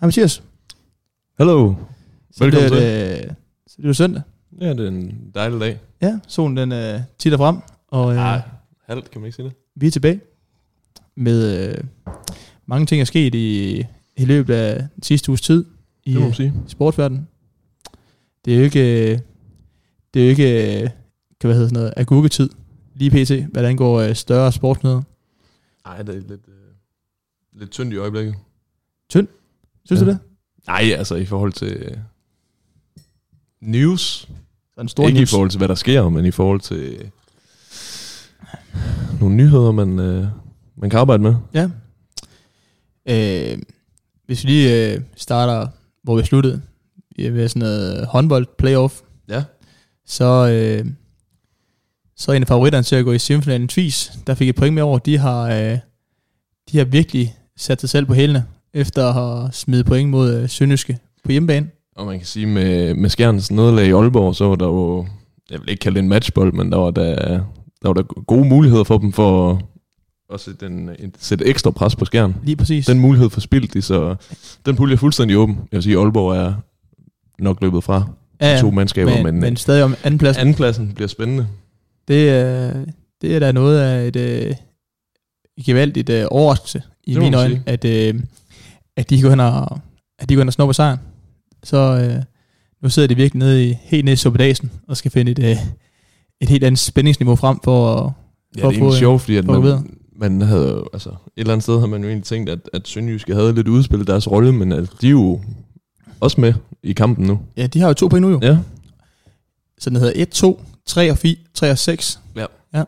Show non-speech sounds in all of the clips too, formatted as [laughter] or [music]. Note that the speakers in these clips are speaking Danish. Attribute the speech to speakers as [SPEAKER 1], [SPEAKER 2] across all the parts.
[SPEAKER 1] Hej Mathias.
[SPEAKER 2] Hello.
[SPEAKER 1] Så
[SPEAKER 2] Velkommen
[SPEAKER 1] bliver det, øh, Så det er jo søndag.
[SPEAKER 2] Ja, det er en dejlig dag.
[SPEAKER 1] Ja, solen den øh, titter frem, og øh,
[SPEAKER 2] Ej, Ah, halvt, kan man ikke sige det?
[SPEAKER 1] vi er tilbage med øh, mange ting, der er sket i, i løbet af den sidste uges tid i
[SPEAKER 2] Det må
[SPEAKER 1] øh,
[SPEAKER 2] man sige.
[SPEAKER 1] sportverdenen. Det er jo ikke, øh, det er jo ikke øh, kan hvad hedder sådan noget, agurketid lige pt, hvad der angår øh, større sportsnyheder.
[SPEAKER 2] Nej, det er lidt, øh, lidt tyndt i øjeblikket.
[SPEAKER 1] Synes ja.
[SPEAKER 2] Ja.
[SPEAKER 1] du det?
[SPEAKER 2] Nej, altså i forhold til øh, news.
[SPEAKER 1] Sådan en
[SPEAKER 2] Stor
[SPEAKER 1] stor
[SPEAKER 2] ikke
[SPEAKER 1] news.
[SPEAKER 2] i forhold til, hvad der sker, men i forhold til øh, nogle nyheder, man, øh, man kan arbejde med.
[SPEAKER 1] Ja. Øh, hvis vi lige øh, starter, hvor vi sluttede, ja, ved sådan noget øh, håndbold playoff,
[SPEAKER 2] Ja.
[SPEAKER 1] så, øh, så er en af favoritterne til at gå i semifinalen Tvis, der fik et point med over, de har, øh, de har virkelig sat sig selv på hælene, efter at have smidt point mod øh, Sønderjyske på hjemmebane.
[SPEAKER 2] Og man kan sige, med, med Skjerns nederlag i Aalborg, så var der jo, jeg vil ikke kalde det en matchbold, men der var der, der, var der gode muligheder for dem for at, at sætte, en, en, sætte ekstra pres på Skjern.
[SPEAKER 1] Lige præcis.
[SPEAKER 2] den mulighed for spildt de, så den pulje er fuldstændig åben. Jeg vil sige, Aalborg er nok løbet fra
[SPEAKER 1] ja,
[SPEAKER 2] ja,
[SPEAKER 1] ja,
[SPEAKER 2] to mandskaber, men, øh,
[SPEAKER 1] men, men stadig om andenpladsen.
[SPEAKER 2] andenpladsen bliver spændende.
[SPEAKER 1] Det, øh, det er da noget af et øh, gevaldigt øh, overraskelse i
[SPEAKER 2] Det må
[SPEAKER 1] mine
[SPEAKER 2] man
[SPEAKER 1] øjne, at, øh, at de går hen og, at de går hen og snupper sejren. Så øh, nu sidder de virkelig nede i, helt nede i suppedasen og skal finde et, øh, et helt andet spændingsniveau frem for at...
[SPEAKER 2] Ja,
[SPEAKER 1] For at
[SPEAKER 2] det er
[SPEAKER 1] få, øh,
[SPEAKER 2] egentlig sjovt, fordi at
[SPEAKER 1] for at gå
[SPEAKER 2] man, man havde, jo- altså, et eller andet sted havde man jo egentlig tænkt, at, at Sønderjyske havde lidt udspillet deres rolle, men at de er jo også med i kampen nu.
[SPEAKER 1] Ja, de har jo to point nu jo. Ja.
[SPEAKER 2] Ja,
[SPEAKER 1] Så den hedder 1, 2, 3 og 4, 3 og 6.
[SPEAKER 2] Ja.
[SPEAKER 1] ja.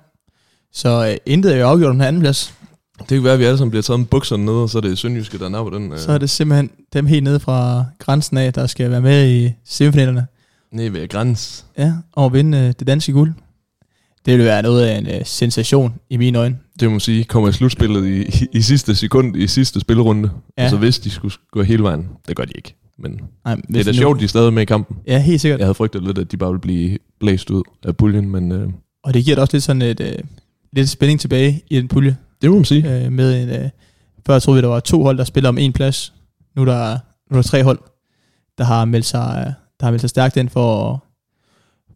[SPEAKER 1] Så øh, intet er jo afgjort om den her anden plads.
[SPEAKER 2] det kan være, at vi alle sammen bliver taget med bukserne ned, og så er det Sønderjyske, der napper den.
[SPEAKER 1] Ja.
[SPEAKER 2] øh,
[SPEAKER 1] Så er det simpelthen dem helt nede fra grænsen af, der skal være med i semifinalerne.
[SPEAKER 2] Nej, ved græns.
[SPEAKER 1] Ja, og at vinde øh, det danske guld. Det ville være noget af en øh, sensation i mine øjne.
[SPEAKER 2] Det må man sige, kommer i slutspillet i, i, i sidste sekund, i sidste spilrunde. Ja. Altså hvis de skulle gå hele vejen, det gør de ikke. Men
[SPEAKER 1] nej,
[SPEAKER 2] Det er da sjovt, de er stadig med i kampen.
[SPEAKER 1] Ja, helt sikkert. Ja.
[SPEAKER 2] Jeg havde frygtet lidt, at de bare ville blive blæst ud af puljen, men øh,
[SPEAKER 1] Og det giver da også lidt sådan et, øh, lidt spænding tilbage i den pulje.
[SPEAKER 2] det må man sige. Ja.
[SPEAKER 1] Øh, med en, øh, før troede vi, der var to hold, der spiller om en plads. Nu er der, nu er der tre hold, der har meldt sig, øh, der har meldt sig stærkt ind for, at-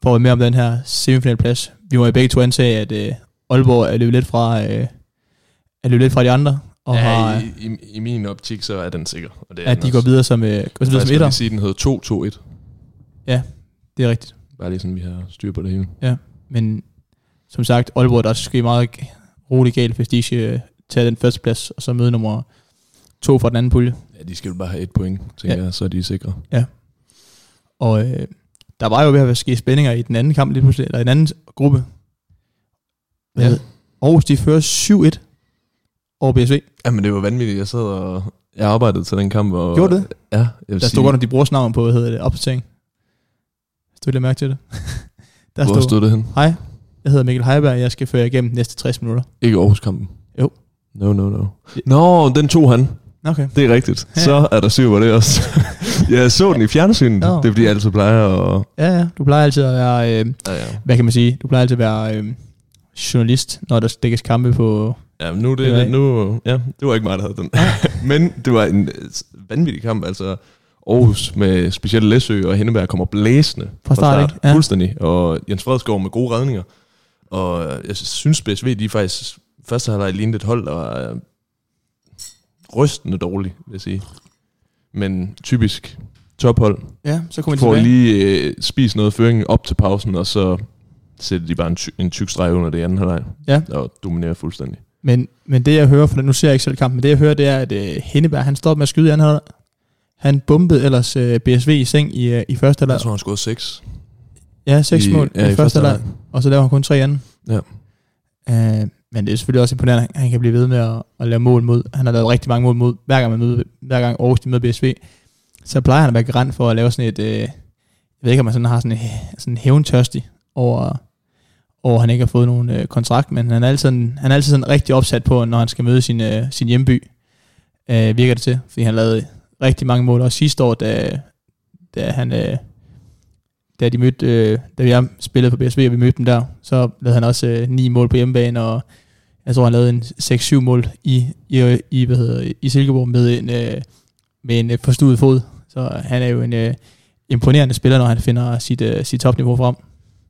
[SPEAKER 1] for at være med om den her semifinalplads. Vi må jo begge to antage, at øh, Aalborg er løbet lidt fra, øh, er løbet lidt fra de andre, og ja, har, øh,
[SPEAKER 2] i, altså. i, i, min optik, så er den sikker. Og det
[SPEAKER 1] at de går videre som, øh, går videre som
[SPEAKER 2] Jeg
[SPEAKER 1] etter.
[SPEAKER 2] sige, den hedder 2-2-1.
[SPEAKER 1] Det er rigtigt.
[SPEAKER 2] Bare lige sådan, vi har styr på det hele.
[SPEAKER 1] Men som sagt, Aalborg, der er ske meget g- roligt galt, hvis de ikke øh, tager den første plads, og så møde nummer to fra den anden pulje.
[SPEAKER 2] Ja, de skal jo bare have et point, tænker
[SPEAKER 1] Ja.
[SPEAKER 2] ja. jeg, så er de sikre.
[SPEAKER 1] Og øh, der var jo ved at være ske spændinger i den anden kamp lige pludselig, eller i den anden gruppe.
[SPEAKER 2] Ja.
[SPEAKER 1] Ja. Aarhus, de fører 7-1 over BSV.
[SPEAKER 2] Jamen, det var vanvittigt. Jeg sad og... Jeg arbejdede til den kamp, og...
[SPEAKER 1] Gjorde det?
[SPEAKER 2] Ja, jeg vil
[SPEAKER 1] Der stod godt, at de bruger navn på, hvad hedder det, opdatering. Stod lidt mærke til det? [laughs] der
[SPEAKER 2] hvor
[SPEAKER 1] stod,
[SPEAKER 2] stod det hen?
[SPEAKER 1] hej, jeg hedder Mikkel Heiberg, jeg skal føre jer igennem de næste 60 minutter.
[SPEAKER 2] Ikke Aarhus-kampen?
[SPEAKER 1] Jo.
[SPEAKER 2] No, no, no.
[SPEAKER 1] Ja.
[SPEAKER 2] Nå, den tog han.
[SPEAKER 1] Okay.
[SPEAKER 2] Det er rigtigt.
[SPEAKER 1] Ja.
[SPEAKER 2] Så er der syv på det også. [laughs] jeg så den i fjernsynet.
[SPEAKER 1] Nå.
[SPEAKER 2] Det er fordi, jeg altid plejer at...
[SPEAKER 1] Ja, ja, du plejer altid at være... Øh,
[SPEAKER 2] Ja, ja.
[SPEAKER 1] hvad kan man sige, du plejer altid at være øh, journalist, når der dækkes kampe på...
[SPEAKER 2] Ja, men nu, er
[SPEAKER 1] Det
[SPEAKER 2] det,
[SPEAKER 1] ved jeg
[SPEAKER 2] det nu, ja, det var ikke mig, der havde den. [laughs] men det var en øh, vanvittig kamp, altså Aarhus med specielt Læsø og Henneberg kommer blæsende
[SPEAKER 1] Fra start, ikke? Ja.
[SPEAKER 2] Ja. Fuldstændig. Og Jens Fredskov med gode redninger. Og øh, jeg synes, BSV, de er faktisk første halvleg lignede et hold, der var øh, rystende dårligt, vil jeg sige. Men typisk tophold.
[SPEAKER 1] Ja, så kommer de
[SPEAKER 2] Får
[SPEAKER 1] tilbage. Lige...
[SPEAKER 2] lige øh, spist noget føring op til pausen, og så sætter de bare en, ty- en tyk streg under det andet halvleg.
[SPEAKER 1] Ja.
[SPEAKER 2] Og dominerer fuldstændig.
[SPEAKER 1] Men, men det jeg hører, for nu ser jeg ikke selv kampen, men det jeg hører, det er, at øh, Henneberg, han stopper med at skyde i anden halvleg. Han bombede ellers øh, BSV i seng i, øh, i første
[SPEAKER 2] Jeg
[SPEAKER 1] halvleg.
[SPEAKER 2] tror, han scorede 6.
[SPEAKER 1] Ja, seks
[SPEAKER 2] I-
[SPEAKER 1] mål ja, i, i første halvleg, og så laver han kun tre i anden.
[SPEAKER 2] Ja.
[SPEAKER 1] Øh, men det er selvfølgelig også imponerende, at han kan blive ved med at, at lave mål mod. Han har lavet rigtig mange mål mod, hver gang, man møder, hver gang Aarhus de møder BSV. Så plejer han at være garant for at lave sådan et, øh, jeg ved ikke om man sådan har sådan en, hæ- sådan en hævntørstig over, over at han ikke har fået nogen øh, kontrakt, men han er altid, sådan- han er altid sådan rigtig opsat på, når han skal møde sin, øh, sin hjemby, øh, virker det til, fordi han lavede rigtig mange mål, og sidste år, da, da han... Øh, da de mødte, øh, da vi spillede på BSV, og vi mødte dem der, så lavede han også øh, ni mål på hjemmebane, og jeg tror, han lavede en 6-7 mål i, i, i, hvad hedder, det, i Silkeborg med en, øh, med en øh, forstudet fod. Så han er jo en øh, imponerende spiller, når han finder sit, øh, sit topniveau frem.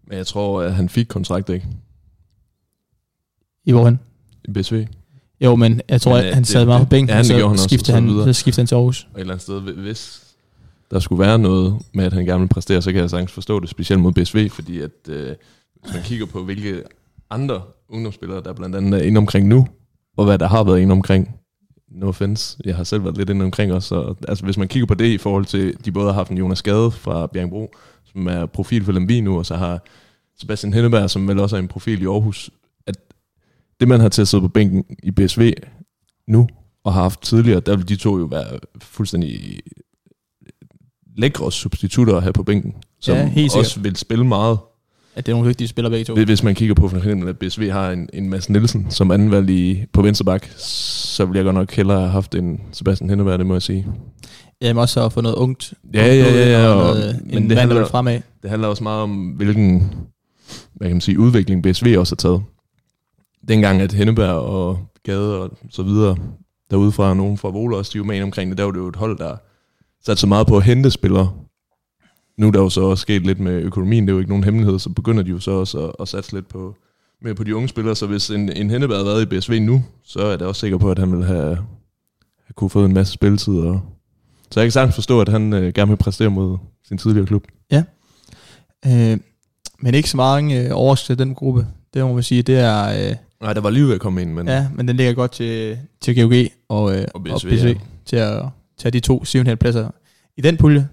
[SPEAKER 2] Men jeg tror, at han fik kontrakt, ikke?
[SPEAKER 1] I hvorhen?
[SPEAKER 2] I BSV. Og
[SPEAKER 1] Jo, men jeg tror,
[SPEAKER 2] Men,
[SPEAKER 1] men,
[SPEAKER 2] øh,
[SPEAKER 1] han
[SPEAKER 2] det-
[SPEAKER 1] sad meget på
[SPEAKER 2] det-
[SPEAKER 1] bænken,
[SPEAKER 2] ja,
[SPEAKER 1] og
[SPEAKER 2] det
[SPEAKER 1] så,
[SPEAKER 2] gjorde han også,
[SPEAKER 1] skiftede
[SPEAKER 2] og så
[SPEAKER 1] han,
[SPEAKER 2] videre.
[SPEAKER 1] så skiftede han til Aarhus.
[SPEAKER 2] et eller andet sted, hvis der skulle være noget med, at han gerne vil præstere, så kan jeg sagtens forstå det, specielt mod BSV, fordi at, øh, hvis man kigger på, hvilke andre ungdomsspillere, der blandt andet er inde omkring nu, og hvad der har været inde omkring, no offense, jeg har selv været lidt inde omkring også, og, altså hvis man kigger på det i forhold til, de både har haft en Jonas Gade fra Bjergbro, som er profil for Lemby nu, og så har Sebastian Henneberg, som vel også er en profil i Aarhus, at det man har til at sidde på bænken i BSV nu, og har haft tidligere, der vil de to jo være fuldstændig lækre substitutter at have på bænken, som
[SPEAKER 1] Ja,
[SPEAKER 2] ja,
[SPEAKER 1] helt sikkert.
[SPEAKER 2] også vil spille meget
[SPEAKER 1] At det er nogle dygtige spillere begge to.
[SPEAKER 2] hvis, hvis man kigger på for eksempel, at BSV har en, en Mads Nielsen som andenvalg i, på Vensterbak, så ville jeg godt nok hellere have haft en Sebastian Henneberg, det må jeg sige.
[SPEAKER 1] Jamen også at få noget ungt.
[SPEAKER 2] Ja, ja, ja, ja,
[SPEAKER 1] Og
[SPEAKER 2] og,
[SPEAKER 1] noget, øh, en
[SPEAKER 2] men det
[SPEAKER 1] mand, der vil
[SPEAKER 2] handler,
[SPEAKER 1] fremad.
[SPEAKER 2] det handler også meget om, hvilken hvad kan man sige, udvikling BSV også har taget. Dengang, at Henneberg og Gade og så videre derudefra, og nogen fra Vole også, de var med ind omkring det, der var det jo et hold, der satte så meget på at hente spillere. Nu er der jo så også sket lidt med økonomien, det er jo ikke nogen hemmelighed, så begynder de jo så også at, at satse lidt på, mere på de unge spillere, så hvis en, en Henneberg havde været i BSV nu, så er jeg da også sikker på, at han ville have, have kunne få en masse spilletid. Og, så jeg kan sagtens forstå, at han øh, gerne vil præstere mod sin tidligere klub.
[SPEAKER 1] Øh, men ikke så mange øh, overraskelser i den gruppe. Det må man sige, det er... Øh,
[SPEAKER 2] Nej, der var lige ved at komme ind, men...
[SPEAKER 1] ja, men den ligger godt til, til GOG og, øh,
[SPEAKER 2] Og
[SPEAKER 1] og
[SPEAKER 2] BSV,
[SPEAKER 1] BSV, og BSV
[SPEAKER 2] ja.
[SPEAKER 1] til at tage de to 7,5 pladser i den pulje.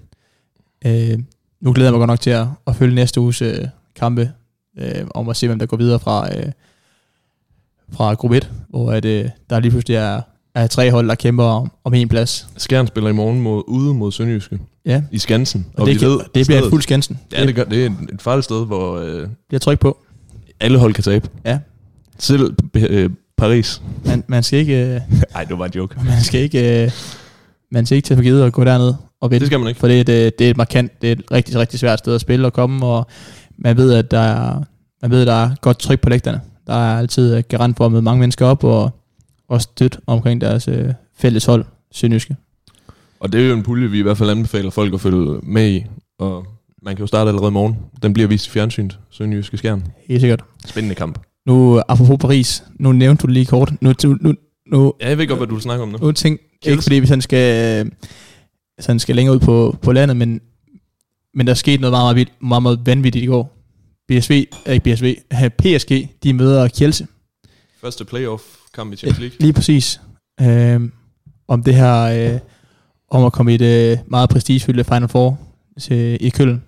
[SPEAKER 1] Øh, nu glæder jeg mig godt nok til at, at følge næste uges øh, kampe, øh, om at se, hvem der går videre fra, øh, fra gruppe 1, hvor at, øh, der lige pludselig er, er tre hold, der kæmper om, om en plads.
[SPEAKER 2] Skjern spiller i morgen mod, ude mod Sønderjyske
[SPEAKER 1] Ja,
[SPEAKER 2] i Skansen.
[SPEAKER 1] og, og det,
[SPEAKER 2] vi
[SPEAKER 1] kan,
[SPEAKER 2] ved,
[SPEAKER 1] det bliver
[SPEAKER 2] stedet,
[SPEAKER 1] et fuld skansen.
[SPEAKER 2] Ja, det, gør, det er et, et farligt sted, hvor øh,
[SPEAKER 1] bliver tryk på.
[SPEAKER 2] alle hold kan tabe.
[SPEAKER 1] Ja.
[SPEAKER 2] Selv øh, Paris. [laughs]
[SPEAKER 1] Man, man skal ikke... Øh,
[SPEAKER 2] Nej, det var en joke.
[SPEAKER 1] [laughs] Man skal ikke, øh, man skal ikke tage for givet at gå derned og vinde.
[SPEAKER 2] Det skal man ikke.
[SPEAKER 1] For det er, et, øh, det er et markant, det er et rigtig, rigtig svært sted at spille og komme, og man ved, at der er, man ved, at der er godt tryk på lægterne. Der er altid øh, garant for at møde mange mennesker op og, og støtte omkring deres øh, fælles hold, Sønderjyske.
[SPEAKER 2] Og det er jo en pulje, vi i hvert fald anbefaler folk at følge med i. Og man kan jo starte allerede i morgen. Den bliver vist i fjernsynet. Sønderjyske Skjern.
[SPEAKER 1] Helt sikkert.
[SPEAKER 2] Spændende kamp.
[SPEAKER 1] Nu, øh, apropos Paris, nu nævnte du det lige kort. Nu, nu, nu, nu,
[SPEAKER 2] Ja, jeg ved godt, hvad du vil snakke om nu.
[SPEAKER 1] nu tænk,
[SPEAKER 2] Chelsea.
[SPEAKER 1] ikke fordi vi sådan skal, øh, sådan skal længere ud på, på landet, men, men der skete noget meget, meget, vildt, meget, meget vanvittigt i går. BSV, eh, ikke BSV, eh, PSG, de møder Kielse.
[SPEAKER 2] Første playoff-kamp i Champions League.
[SPEAKER 1] Lige præcis. Øh, om det her, øh, om at komme i et øh, meget prestigefyldt Final Four til, øh, i Køln.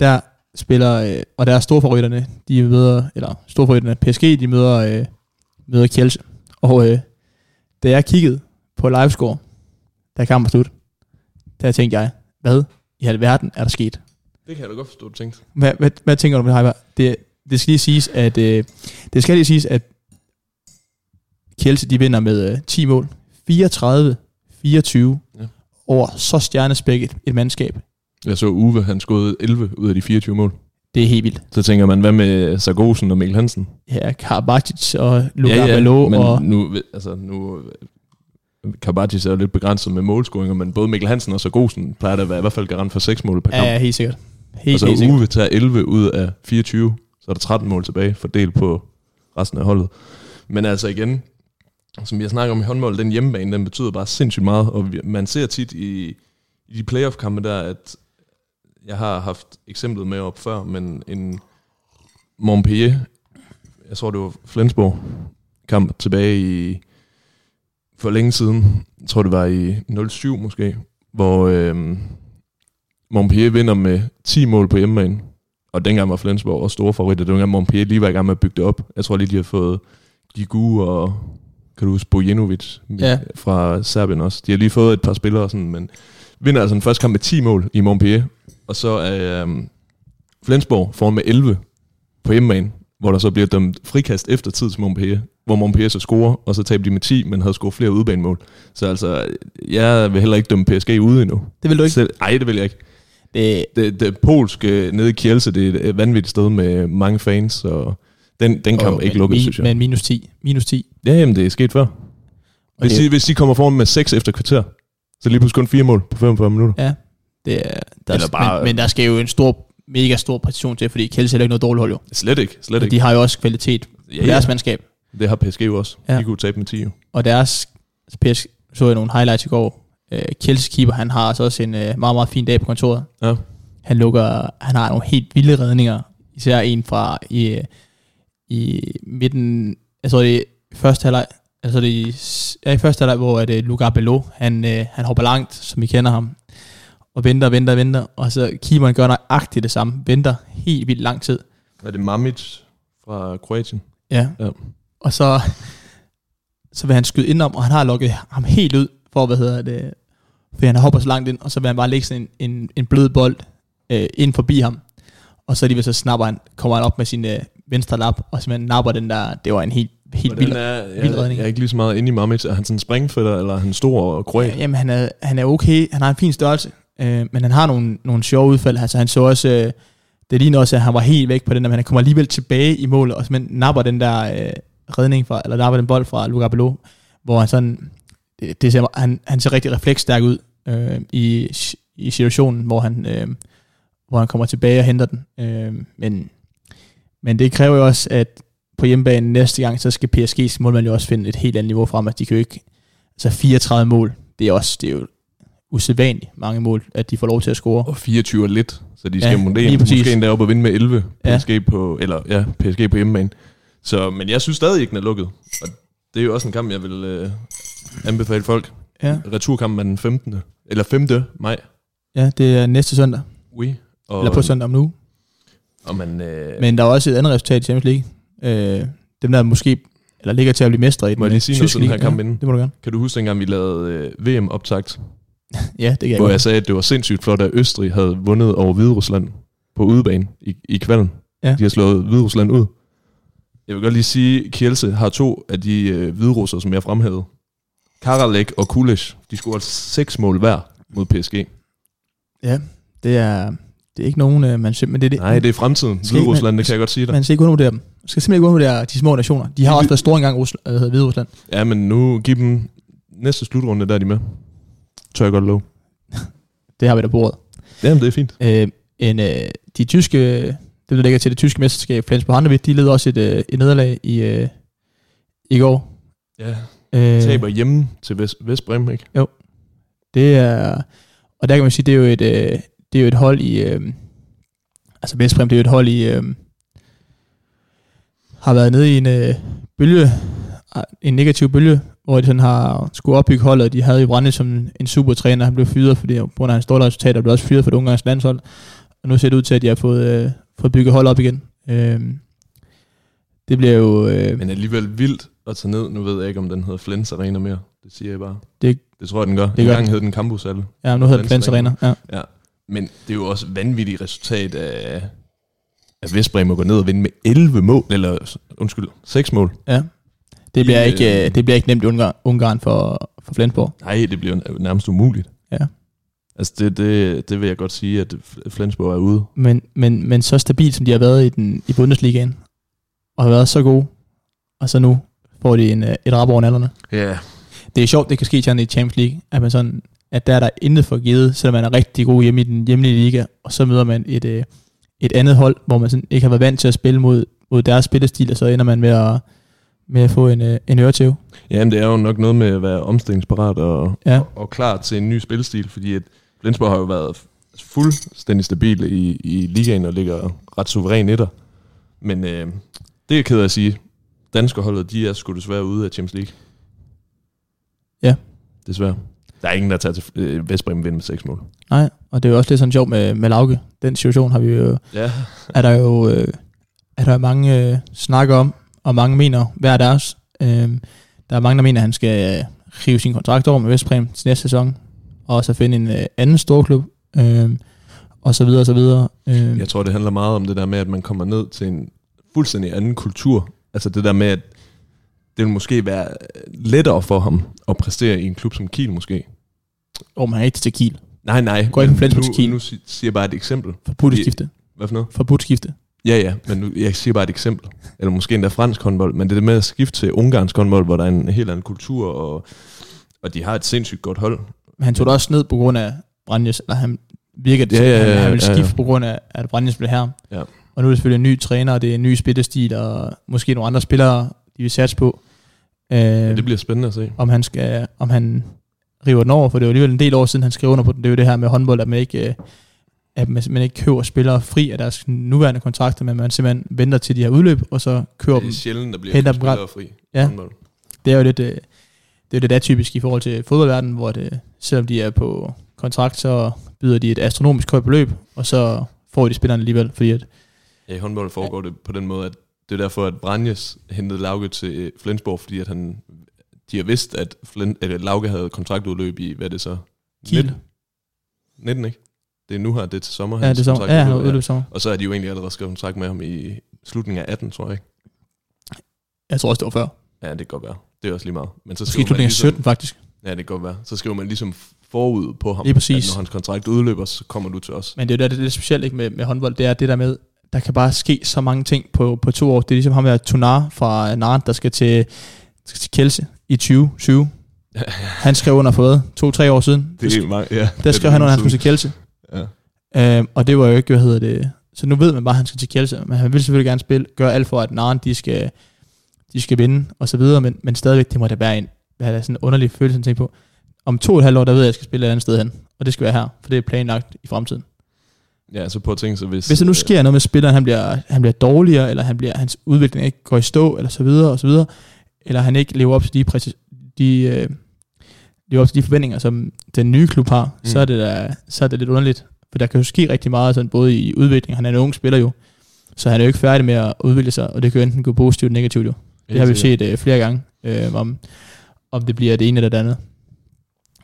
[SPEAKER 1] Der spiller, øh, og der er storfavoritterne, de møder, eller storfavoritterne PSG, de møder, øh, møder Kielse. Og øh, da jeg kiggede på livescore, da kampen slut, der tænkte jeg, hvad i alverden er der sket?
[SPEAKER 2] Det kan jeg da godt forstå, du tænkte.
[SPEAKER 1] Hvad, hvad, hvad tænker du om det, Heiberg? Det, det skal lige siges, at, øh, det skal lige siges, at Kjelse, de vinder med øh, 10 mål. 34-24
[SPEAKER 2] Ja.
[SPEAKER 1] ja. over så stjernespækket et mandskab.
[SPEAKER 2] Jeg så Uwe, han skød 11 ud af de 24 mål.
[SPEAKER 1] Det er helt vildt.
[SPEAKER 2] Så tænker man, hvad med Sargosen og Mikkel Hansen?
[SPEAKER 1] Ja, Karabatic og Luka ja, ja, Malo
[SPEAKER 2] men
[SPEAKER 1] og...
[SPEAKER 2] nu, altså, nu Kabatis er jo lidt begrænset med målscoringer, men både Mikkel Hansen og Sargosen plejer da at være i hvert fald garant for 6 mål
[SPEAKER 1] Ja,
[SPEAKER 2] per kamp. Altså,
[SPEAKER 1] ja, helt sikkert. Helt,
[SPEAKER 2] og så
[SPEAKER 1] helt sikkert.
[SPEAKER 2] Uwe tager 11 ud af 24, så er der 13 mål tilbage, fordelt på resten af holdet. Men altså igen, som jeg snakker om i håndbold, den hjemmebane, den betyder bare sindssygt meget, og vi- man ser tit i, i de playoff-kampe der, at jeg har haft eksemplet med op før, men en Montpellier, jeg tror det var Flensborg, kamp tilbage i for længe siden, jeg tror det var i 07 måske, hvor øhm, Montpellier vinder med 10 mål på hjemmebane. Og dengang var Flensborg også store favoritter. Det var dengang Montpellier lige var i gang med at bygge det op. Jeg tror lige, de har fået Gigu og, kan du huske, Bojenovic
[SPEAKER 1] Ja.
[SPEAKER 2] fra Serbien også. De har lige fået et par spillere, og sådan, men vinder altså den første kamp med 10 mål i Montpellier. Og så er øhm, Flensborg foran med 11 på hjemmebane, hvor der så bliver dømt frikast efter tid til Montpellier, hvor Montpellier så scorer, og så taber de med 10, men havde scoret flere udebanemål. Så altså, jeg vil heller ikke dømme PSG ude endnu.
[SPEAKER 1] Det vil du ikke.
[SPEAKER 2] Selv, ej, det vil jeg ikke.
[SPEAKER 1] Det,
[SPEAKER 2] Det, det polske øh, nede i Kielce, det er et vanvittigt sted med mange fans, og den, den kamp er ikke lukket,
[SPEAKER 1] min,
[SPEAKER 2] synes jeg.
[SPEAKER 1] Men minus 10. Minus 10.
[SPEAKER 2] Ja, jamen, det er sket før. Hvis,
[SPEAKER 1] det-
[SPEAKER 2] de, hvis de kommer foran med 6 efter kvarter, Så lige pludselig kun fire mål på 45 minutter.
[SPEAKER 1] Ja. Det er, der
[SPEAKER 2] Eller
[SPEAKER 1] er,
[SPEAKER 2] bare-
[SPEAKER 1] men, men, der skal jo en stor, mega stor præcision til, fordi Kjelse er jo ikke noget dårligt hold jo.
[SPEAKER 2] Slet ikke, slet
[SPEAKER 1] Og
[SPEAKER 2] ikke.
[SPEAKER 1] de har jo også kvalitet på
[SPEAKER 2] Ja, ja.
[SPEAKER 1] deres mandskab.
[SPEAKER 2] Det har PSG jo også. Ja.
[SPEAKER 1] Ja.
[SPEAKER 2] De kunne tabe med 10 jo.
[SPEAKER 1] Og deres PS, så jeg nogle highlights i går. Øh, Kjelses keeper, han har altså også en øh, meget, meget fin dag på kontoret.
[SPEAKER 2] Ja.
[SPEAKER 1] Han lukker, han har nogle helt vilde redninger. Især en fra i, øh, i midten, jeg tror det er i første halvleg, altså det er i, s- ja, i første halvleg, hvor at, øh, Luca Bello, han, øh, han hopper langt, som I kender ham, og venter, venter, venter, og så keeperen gør nøjagtigt det samme, venter helt vildt lang tid.
[SPEAKER 2] Er det Mamic fra Kroatien?
[SPEAKER 1] Ja.
[SPEAKER 2] Ja.
[SPEAKER 1] Og så, [laughs] så vil han skyde indom, og han har lukket ham helt ud, for hvad hedder det, fordi han hopper så langt ind, og så vil han bare lægge sådan en, en, en blød bold øh, ind forbi ham. Og så alligevel så snapper han, kommer han op med sin øh, venstre lap, og simpelthen napper den der, det var en helt, helt
[SPEAKER 2] Hvordan
[SPEAKER 1] vild.
[SPEAKER 2] er, jeg,
[SPEAKER 1] vild redning.
[SPEAKER 2] Jeg er ikke lige så meget inde i Mamic. Er han sådan en springfætter, eller er han stor og kroat?
[SPEAKER 1] Ja, jamen, han er, han er okay, han har en fin størrelse, øh, men han har nogle, nogle sjove udfald. Altså, han så også, øh, det ligner også, at han var helt væk på den der, men han kommer alligevel tilbage i målet, og simpelthen napper den der øh, redning fra, eller napper den bold fra Luca Bello, hvor han sådan, det, det ser, han, han ser rigtig refleksstærk ud øh, i, i situationen, hvor han, øh, hvor han kommer tilbage og henter den. Øh, men, men det kræver jo også, at på hjemmebane næste gang, så skal PSG's målmand jo også finde et helt andet niveau frem, at de kan jo ikke, altså 34 mål, det er også, det er jo usædvanligt mange mål, at de får lov til at score.
[SPEAKER 2] Og 24 er lidt, så de
[SPEAKER 1] Ja,
[SPEAKER 2] skal ja,
[SPEAKER 1] lige
[SPEAKER 2] måske,
[SPEAKER 1] præcis.
[SPEAKER 2] måske endda op og vinde med 11
[SPEAKER 1] Ja.
[SPEAKER 2] PSG på, eller, ja, PSG på hjemmebane. Så, men jeg synes stadig ikke, den er lukket. Og det er jo også en kamp, jeg vil øh, anbefale folk.
[SPEAKER 1] Ja,
[SPEAKER 2] Returkampen er den 15. Eller 5. maj.
[SPEAKER 1] ja det er næste søndag,
[SPEAKER 2] Oui. Og,
[SPEAKER 1] eller på søndag om nu.
[SPEAKER 2] Og man, øh,
[SPEAKER 1] Men der er også et andet resultat i Champions League. Øh, dem der måske, eller ligger til at blive mestre i den
[SPEAKER 2] Må jeg lige sige noget
[SPEAKER 1] tyske
[SPEAKER 2] til den her
[SPEAKER 1] liga.
[SPEAKER 2] kamp
[SPEAKER 1] ja,
[SPEAKER 2] inden?
[SPEAKER 1] Det må du gerne.
[SPEAKER 2] kan du huske dengang, vi lavede øh, VM-optagt,
[SPEAKER 1] Ja, det kan jeg
[SPEAKER 2] hvor jeg
[SPEAKER 1] godt.
[SPEAKER 2] sagde, at det var sindssygt flot, at Østrig havde vundet over Hviderusland på udebane i, i kvalden.
[SPEAKER 1] Ja.
[SPEAKER 2] De har slået Hviderusland ud. Jeg vil godt lige sige, at Kielse har to af de øh, hviderusser, som jeg fremhævede. Karalek og Kulish, de scorede altså seks mål hver mod PSG.
[SPEAKER 1] Det er, det er ikke nogen, øh, man simpelthen... Det er det,
[SPEAKER 2] Nej, det er fremtiden.
[SPEAKER 1] Skal ikke
[SPEAKER 2] Hviderusland,
[SPEAKER 1] man-
[SPEAKER 2] det kan jeg godt sige dig.
[SPEAKER 1] Man skal ikke undervurdere dem. Man skal simpelthen ikke undervurdere de små nationer. De har også været store engang, Rusland, øh, hvad hedder Hviderusland.
[SPEAKER 2] Ja, men nu giv dem næste slutrunde, der er de med. Tør jeg godt lov.
[SPEAKER 1] Det har vi da på bordet.
[SPEAKER 2] Jamen, det er fint.
[SPEAKER 1] Øh, en, øh, de tyske, det der ligger til det tyske mesterskab, Flensborg Handewitt, de led også et, øh, et nederlag i, øh, i går.
[SPEAKER 2] Ja,
[SPEAKER 1] Øh,
[SPEAKER 2] taber hjemme til Vest, Vestbrem, ikke?
[SPEAKER 1] Det er, og der kan man sige, det er jo et, øh, det er jo et hold i, øh, altså Vestbrem, det er jo et hold i, øh, har været nede i en øh, bølge, ah, en negativ bølge, hvor de sådan har skulle opbygge holdet. De havde jo Brande som en super træner, han blev fyret, fordi på grund af hans dårlige resultater blev også fyret for det ungarske landshold. Og nu ser det ud til, at de har fået, øh, fået bygget holdet op igen. Øh, det bliver jo... Øh,
[SPEAKER 2] Men alligevel vildt at tage ned. Nu ved jeg ikke, om den hedder Flens Arena mere. Det siger jeg bare.
[SPEAKER 1] Det-
[SPEAKER 2] det tror jeg, den gør. Det
[SPEAKER 1] gør
[SPEAKER 2] en gang
[SPEAKER 1] den.
[SPEAKER 2] hed den Campus Alle.
[SPEAKER 1] ja, nu hedder det
[SPEAKER 2] Flens
[SPEAKER 1] Flens Arena. Ja.
[SPEAKER 2] Men det er jo også et vanvittigt resultat af, at Vestbrem går ned og vinde med 11 mål. Eller, undskyld, 6 mål.
[SPEAKER 1] Det, bliver
[SPEAKER 2] I,
[SPEAKER 1] ikke,
[SPEAKER 2] øh,
[SPEAKER 1] øh, det bliver ikke nemt i Ungarn, Ungarn for, for Flensborg.
[SPEAKER 2] Nej, det bliver jo nærmest umuligt.
[SPEAKER 1] Ja.
[SPEAKER 2] Altså, det, det, det vil jeg godt sige, at Flensborg er ude.
[SPEAKER 1] men, men, men så stabilt, som de har været i, den, i Bundesligaen, og har været så gode, og så nu får de en, øh, et rap over nallerne.
[SPEAKER 2] Ja.
[SPEAKER 1] Det er sjovt, det kan ske sådan i Champions League, at, man sådan, at der er der intet for givet, selvom man er rigtig god hjemme i den hjemlige liga, og så møder man et, øh, et andet hold, hvor man sådan ikke har været vant til at spille mod, mod deres spillestil, og så ender man med at, med at få en, øh, en øretæve.
[SPEAKER 2] Jamen, det er jo nok noget med at være omstillingsparat og,
[SPEAKER 1] Ja.
[SPEAKER 2] og, og klar til en ny spilstil, fordi at Flensborg har jo været f- fuldstændig stabile i, i ligaen og ligger ret suveræn etter. Men øh, det er jeg ked af at sige. Danskerholdet, de er sgu desværre ude af Champions League.
[SPEAKER 1] Ja.
[SPEAKER 2] Desværre. Der er ingen, der tager til øh, Vestbrem vinde med 6 mål.
[SPEAKER 1] Nej, og det er jo også lidt sådan sjovt med, med Lauke. Den situation har vi jo
[SPEAKER 2] Ja.
[SPEAKER 1] er der jo øh, er der mange øh, snakker om, og mange mener hver deres. Øh, der er mange, der mener, at han skal øh, rive sin kontrakt over med Vestpræm til næste sæson, og så finde en øh, anden storklub, øh, og så videre, og så videre. Øh,
[SPEAKER 2] Jeg tror, det handler meget om det der med, at man kommer ned til en fuldstændig anden kultur. Altså det der med, at det vil måske være lettere for ham at præstere i en klub som Kiel måske.
[SPEAKER 1] og man er ikke til Kiel.
[SPEAKER 2] Nej, nej.
[SPEAKER 1] Går ikke
[SPEAKER 2] men
[SPEAKER 1] en Flensborg til Kiel.
[SPEAKER 2] nu, nu si- siger jeg bare et eksempel.
[SPEAKER 1] Forbudt skifte.
[SPEAKER 2] Hvad for noget?
[SPEAKER 1] Forbudt skifte.
[SPEAKER 2] Ja, ja, men nu, jeg siger bare et eksempel. Eller måske endda fransk håndbold, men det er det med at skifte til ungarsk håndbold, hvor der er en helt anden kultur, og, og de har et sindssygt godt hold.
[SPEAKER 1] Men han tog det også ned på grund af Branjes, eller han virkede,
[SPEAKER 2] Ja,
[SPEAKER 1] ja,
[SPEAKER 2] ja,
[SPEAKER 1] ja, han,
[SPEAKER 2] ja,
[SPEAKER 1] han ville
[SPEAKER 2] ja,
[SPEAKER 1] skifte
[SPEAKER 2] ja.
[SPEAKER 1] ja, ja. på grund af, at Branjes blev her.
[SPEAKER 2] Ja.
[SPEAKER 1] Og nu er det selvfølgelig en ny træner, og det er en ny spillestil, og måske nogle andre spillere, de vil satse på. Øh,
[SPEAKER 2] Ja,
[SPEAKER 1] ja,
[SPEAKER 2] det bliver spændende at se.
[SPEAKER 1] om han skal, om han river den over, for det var alligevel en del år siden, han skrev under på den. Det er jo det her med håndbold, at man ikke, øh, at man man ikke køber spillere fri af deres nuværende kontrakter, men man simpelthen venter til de har udløb, og så køber
[SPEAKER 2] Det
[SPEAKER 1] dem.
[SPEAKER 2] er sjældent, der bliver
[SPEAKER 1] Henter dem
[SPEAKER 2] spillere fri.
[SPEAKER 1] Ja.
[SPEAKER 2] Håndbold.
[SPEAKER 1] Det er jo lidt, øh, det er jo lidt atypisk i forhold til fodboldverdenen, hvor det, selvom de er på kontrakt, så byder de et astronomisk højt beløb, og så får de spillerne alligevel, fordi at,
[SPEAKER 2] Ja, i håndbold foregår det på den måde, at det er derfor, at Branjes hentede Lauke til øh, Flensborg, fordi at han, de har vidst, at, Flint, at Lauke havde kontraktudløb i, hvad er det så?
[SPEAKER 1] Kiel.
[SPEAKER 2] 19, 19 ikke? Det er nu her, det er til sommer.
[SPEAKER 1] ja,
[SPEAKER 2] hans
[SPEAKER 1] det er sommer, ja,
[SPEAKER 2] kontraktudløb
[SPEAKER 1] han har
[SPEAKER 2] er.
[SPEAKER 1] udløb sommer.
[SPEAKER 2] Og så er de jo egentlig allerede skrevet kontrakt med ham i slutningen af 18, tror jeg ikke?
[SPEAKER 1] Jeg tror også, det var før.
[SPEAKER 2] Ja, det kan godt være. Det er også lige meget. Men så
[SPEAKER 1] Måske Altså, i
[SPEAKER 2] skriver
[SPEAKER 1] slutningen
[SPEAKER 2] man
[SPEAKER 1] af
[SPEAKER 2] ligesom,
[SPEAKER 1] 17, faktisk.
[SPEAKER 2] Ja, det kan godt være. Så skriver man ligesom forud på ham.
[SPEAKER 1] Lige præcis.
[SPEAKER 2] At når hans kontrakt udløber, så kommer du til os.
[SPEAKER 1] Men det er jo der, det, er lidt specielt ikke, med, med håndbold, det er det der med, der kan bare ske så mange ting på, på to år. Det er ligesom ham her Tunar fra Nart, der skal til, skal til Kielce i
[SPEAKER 2] [laughs]
[SPEAKER 1] 2020. Han skrev under for hvad? To-tre år siden.
[SPEAKER 2] Det er mange, ja.
[SPEAKER 1] der skrev han under, at han skulle til Kielce.
[SPEAKER 2] Ja.
[SPEAKER 1] Øhm, og det var jo ikke, hvad hedder det... Så nu ved man bare, at han skal til Kielce, men han vil selvfølgelig gerne spille, gøre alt for, at Naren, de skal, de skal vinde, og så videre, men, men stadigvæk, det må da være en, hvad er det, sådan en underlig følelse at tænke på. Om to og et halvt år, der ved jeg, at jeg skal spille et andet sted hen, og det skal være her, for det er planlagt i fremtiden.
[SPEAKER 2] Ja, så på at tænke sig, hvis...
[SPEAKER 1] Hvis der nu
[SPEAKER 2] øh,
[SPEAKER 1] sker noget med spilleren, han bliver, han bliver dårligere, eller han bliver, hans udvikling ikke går i stå, eller så videre, og så videre, eller han ikke lever op til de, præcis- de, øh, lever op til de forventninger, som den nye klub har, mm. så,
[SPEAKER 2] Mm.
[SPEAKER 1] er det da, så er det lidt underligt. For der kan jo ske rigtig meget, sådan, både i udvikling, han er en ung spiller jo, så han er jo ikke færdig med at udvikle sig, og det kan jo enten gå positivt eller negativt jo. Det har vi jo set øh, flere gange, øh, om, om det bliver det ene eller det andet.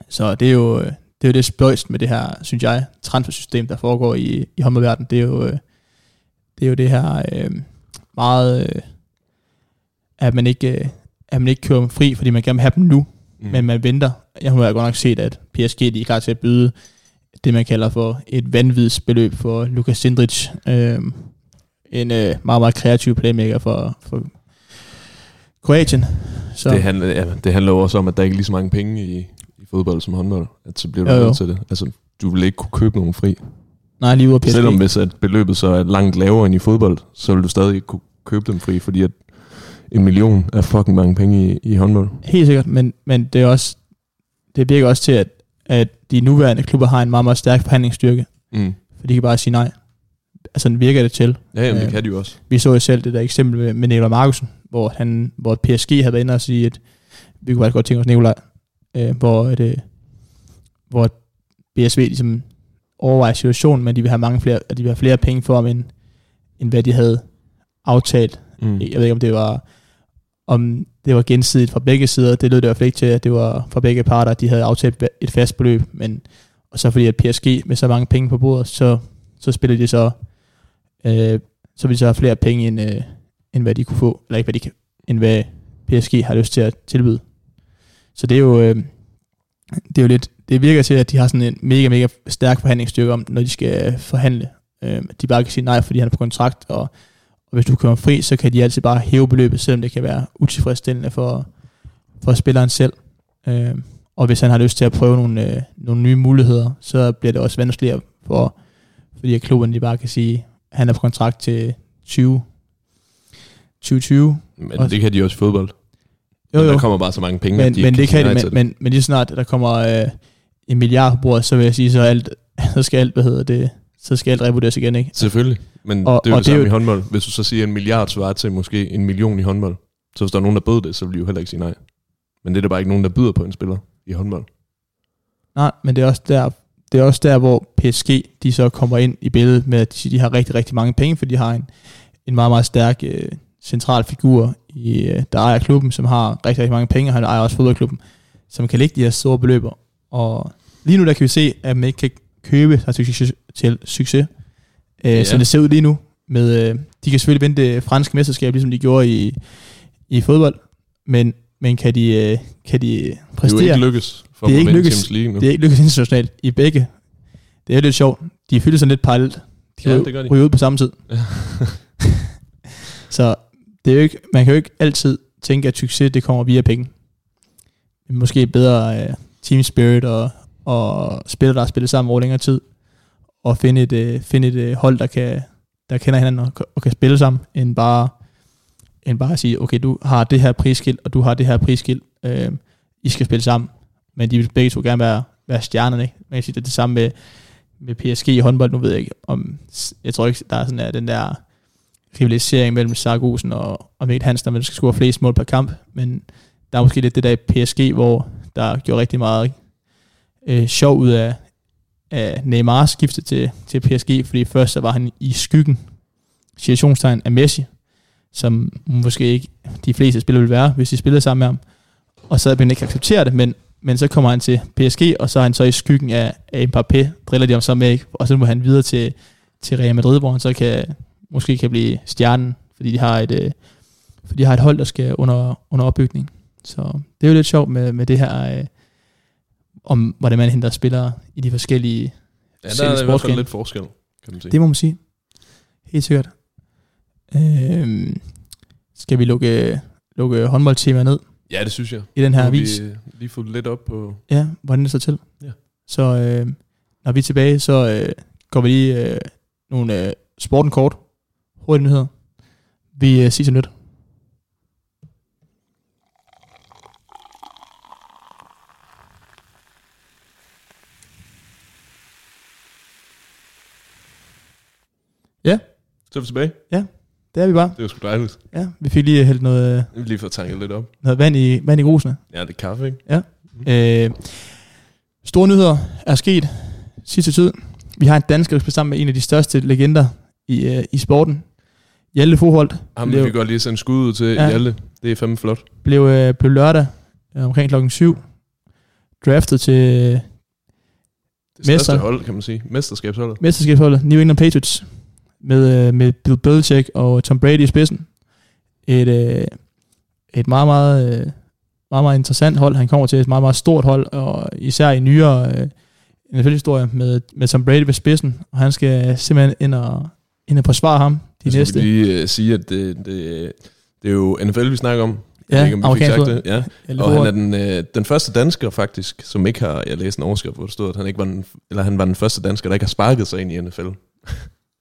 [SPEAKER 1] Så det er jo øh, det, er jo det spøjst med det her, synes jeg, transfersystem, der foregår i, i håndboldverdenen. Det er jo øh, det, er jo det her øh, meget, øh, at man ikke... Øh, at man ikke kører dem fri, fordi man gerne vil have dem nu,
[SPEAKER 2] Mm.
[SPEAKER 1] mm. men man venter. Jeg har godt nok set, at PSG de er klar til at byde det, man kalder for et vanvittigt beløb for Lukas Sindrich. Øh, en øh, meget, meget kreativ playmaker for, for Kroatien. Så,
[SPEAKER 2] Det, handler, ja, det handler jo også om, at der ikke er lige så mange penge i, i fodbold som håndbold. At så bliver du
[SPEAKER 1] Jo, jo.
[SPEAKER 2] nødt til det. Altså, du vil ikke kunne købe nogen fri.
[SPEAKER 1] nej, lige ude af PSG.
[SPEAKER 2] Selvom hvis at beløbet så er langt lavere end i fodbold, så vil du stadig ikke kunne købe dem fri, fordi at en million er fucking mange penge i, i håndbold.
[SPEAKER 1] Helt sikkert, men, men det, er også, det virker også til, at, at de nuværende klubber har en meget, meget stærk forhandlingsstyrke,
[SPEAKER 2] Mm.
[SPEAKER 1] for de kan bare sige nej. Altså, den virker det til.
[SPEAKER 2] Ja, jamen, det
[SPEAKER 1] Ja.
[SPEAKER 2] kan de jo også.
[SPEAKER 1] Vi så jo selv det der eksempel med, med Nicolai Markusen, hvor, han, hvor PSG havde været inde og sige, at vi kunne faktisk godt tænke os Nicolai, øh, hvor, et, øh, hvor BSV ligesom overvejer situationen, men de vil have mange flere, at de vil have flere penge for ham, end, end hvad de havde aftalt.
[SPEAKER 2] Mm.
[SPEAKER 1] Jeg ved ikke, om det var om det var gensidigt fra begge sider. Det lød det i hvert fald ikke til, at det var fra begge parter, at de havde aftalt et fast beløb. Men, og så fordi at PSG med så mange penge på bordet, så, så spiller de så, øh, så vil de så have flere penge, end, øh, end hvad de kunne få, eller ikke hvad de kan, end hvad PSG har lyst til at tilbyde. Så det er jo, øh, det er jo lidt, det virker til, at de har sådan en mega, mega stærk forhandlingsstyrke om, når de skal forhandle. Øh, at de bare kan sige nej, fordi han er på kontrakt, og og hvis du kører fri, så kan de altid bare hæve beløbet, selvom det kan være utilfredsstillende for, for spilleren selv. Øh, og hvis han har lyst til at prøve nogle, øh, nogle nye muligheder, så bliver det også vanskeligere for, fordi at klubben de bare kan sige, at han er på kontrakt til 20. 2020.
[SPEAKER 2] Men det kan de også i fodbold.
[SPEAKER 1] Jo,
[SPEAKER 2] Men
[SPEAKER 1] jo,
[SPEAKER 2] Der kommer bare så mange penge,
[SPEAKER 1] men,
[SPEAKER 2] at de
[SPEAKER 1] men
[SPEAKER 2] ikke
[SPEAKER 1] det
[SPEAKER 2] sige
[SPEAKER 1] kan
[SPEAKER 2] nej
[SPEAKER 1] de,
[SPEAKER 2] til
[SPEAKER 1] men, men, men lige så snart der kommer øh, en milliard på bordet, så vil jeg sige, så, er alt, [laughs] så skal alt, hvad hedder det, så skal alt revurderes igen, ikke?
[SPEAKER 2] Selvfølgelig, men
[SPEAKER 1] Og-
[SPEAKER 2] og, det er jo
[SPEAKER 1] og
[SPEAKER 2] det,
[SPEAKER 1] det er
[SPEAKER 2] samme
[SPEAKER 1] jo-
[SPEAKER 2] i håndbold. Hvis du så siger en milliard svarer til måske en million i håndbold, så hvis der er nogen, der bød det, så vil de jo heller ikke sige nej. Men det er der bare ikke nogen, der byder på en spiller i håndbold.
[SPEAKER 1] Nej, men det er også der, det er også der hvor PSG de så kommer ind i billedet med, at de, de har rigtig, rigtig mange penge, for de har en, en meget, meget stærk øh, central figur, i, øh, der ejer klubben, som har rigtig, rigtig mange penge, og han ejer også fodboldklubben, som kan lægge de her store beløber. Og lige nu der kan vi se, at man ikke kan købe sig til succes, til succes øh,
[SPEAKER 2] Ja.
[SPEAKER 1] yeah. som det ser ud lige nu. Med, øh, de kan selvfølgelig vinde det franske mesterskab, ligesom de gjorde i, i fodbold, men, men kan, de, øh, kan de præstere?
[SPEAKER 2] Det er jo ikke lykkes for
[SPEAKER 1] Det
[SPEAKER 2] det
[SPEAKER 1] er
[SPEAKER 2] at
[SPEAKER 1] ikke
[SPEAKER 2] vinde
[SPEAKER 1] lykkes.
[SPEAKER 2] Champions League nu.
[SPEAKER 1] Det er ikke lykkedes internationalt i begge. Det er lidt sjovt. De fylder sådan lidt parallelt. De
[SPEAKER 2] Ja,
[SPEAKER 1] ryger-
[SPEAKER 2] det gør de.
[SPEAKER 1] ryger ud på samme tid. [laughs] så det er jo ikke, man kan jo ikke altid tænke, at succes det kommer via penge. Men Måske bedre uh, team øh, spirit og, og spillere, der har spillet sammen over længere tid, og finde et, øh, finde et øh, hold, der, kan, der kender hinanden og, og kan spille sammen, end bare, end bare at sige, okay, du har det her prisskilt, og du har det her prisskilt, øh, I skal spille sammen. Men de vil begge to gerne være, være stjernerne, ikke? Man kan sige, det er det samme med, med PSG i håndbold, nu ved jeg ikke, om, jeg tror ikke, der er sådan der, den der rivalisering mellem Sargusen og, og Mikkel Hansen, om man skal score flest mål per kamp, men der er måske lidt det der i PSG, hvor der gjorde rigtig meget øh, sjov ud af, af Neymars skifte til, til PSG, fordi først så var han i skyggen, situationstegn af Messi, som måske ikke de fleste spillere ville være, hvis de spillede sammen med ham. Og så havde man ikke accepteret det, men, men så kommer han til PSG, og så er han så i skyggen af, af Mbappé, driller de ham så med, ikke? og så må han videre til, til Real Madrid, hvor han så kan, måske kan blive stjernen, fordi de har et, øh, fordi de har et hold, der skal under, under opbygning. Så det er jo lidt sjovt med, med det her, øh, om hvordan man henter spillere i de forskellige
[SPEAKER 2] Ja, der
[SPEAKER 1] Selv i
[SPEAKER 2] er i hvert fald
[SPEAKER 1] sportsgrenen.
[SPEAKER 2] lidt forskel, kan man sige.
[SPEAKER 1] Det må man sige. Helt sikkert. Øhm, skal vi lukke, lukke håndboldtemaet ned
[SPEAKER 2] Ja, det synes jeg.
[SPEAKER 1] i den her
[SPEAKER 2] Nu har
[SPEAKER 1] avis?
[SPEAKER 2] Vi øh, lige fået lidt op på...
[SPEAKER 1] Ja, hvordan det står til.
[SPEAKER 2] Ja.
[SPEAKER 1] Så øh, når vi er tilbage, så øh, går vi lige øh, nogle øh, sporten kort. Hurtige nyheder. Vi øh, ses om lidt.
[SPEAKER 2] Så er vi tilbage.
[SPEAKER 1] Det er vi bare.
[SPEAKER 2] Det var sgu dejligt.
[SPEAKER 1] Ja, vi fik lige hældt noget, øh,
[SPEAKER 2] Vi har lige fået tanket lidt op.
[SPEAKER 1] noget vand, i, vand i grusene.
[SPEAKER 2] Ja, det er kaffe, ikke?
[SPEAKER 1] Øh, store nyheder er sket sidste tid. Vi har en dansker, der spiller sammen med en af de største legender i, øh, i sporten. Hjalte Foholt
[SPEAKER 2] Ham
[SPEAKER 1] Leo.
[SPEAKER 2] vil vi godt lige sende skud ud til
[SPEAKER 1] Ja.
[SPEAKER 2] ja. Hjalte. Det er fandme flot.
[SPEAKER 1] blev, øh, blev lørdag øh, omkring klokken 7 draftet til
[SPEAKER 2] Det største
[SPEAKER 1] Mester.
[SPEAKER 2] hold, kan man sige. Mesterskabsholdet.
[SPEAKER 1] mesterskabsholdet New England Patriots med, øh, med Bill Belichick og Tom Brady i spidsen. Et, øh, et meget, meget, øh, meget, meget interessant hold. Han kommer til et meget, meget stort hold, og især i nyere øh, NFL-historie med, med Tom Brady ved spidsen, og han skal simpelthen ind og, ind og forsvare ham de
[SPEAKER 2] Så
[SPEAKER 1] næste.
[SPEAKER 2] skal vi lige øh, sige, at det, det, det er jo NFL, vi snakker om. Jeg ved
[SPEAKER 1] ja,
[SPEAKER 2] ikke, om vi fik
[SPEAKER 1] amerikansk
[SPEAKER 2] sagt
[SPEAKER 1] hold.
[SPEAKER 2] det. Ja.
[SPEAKER 1] Eller
[SPEAKER 2] Og han
[SPEAKER 1] hvor-
[SPEAKER 2] er den, øh, den første dansker faktisk, som ikke har, jeg læste en overskrift, hvor der stod, at han, ikke var den, eller han var den første dansker, der ikke har sparket sig ind i NFL. [laughs]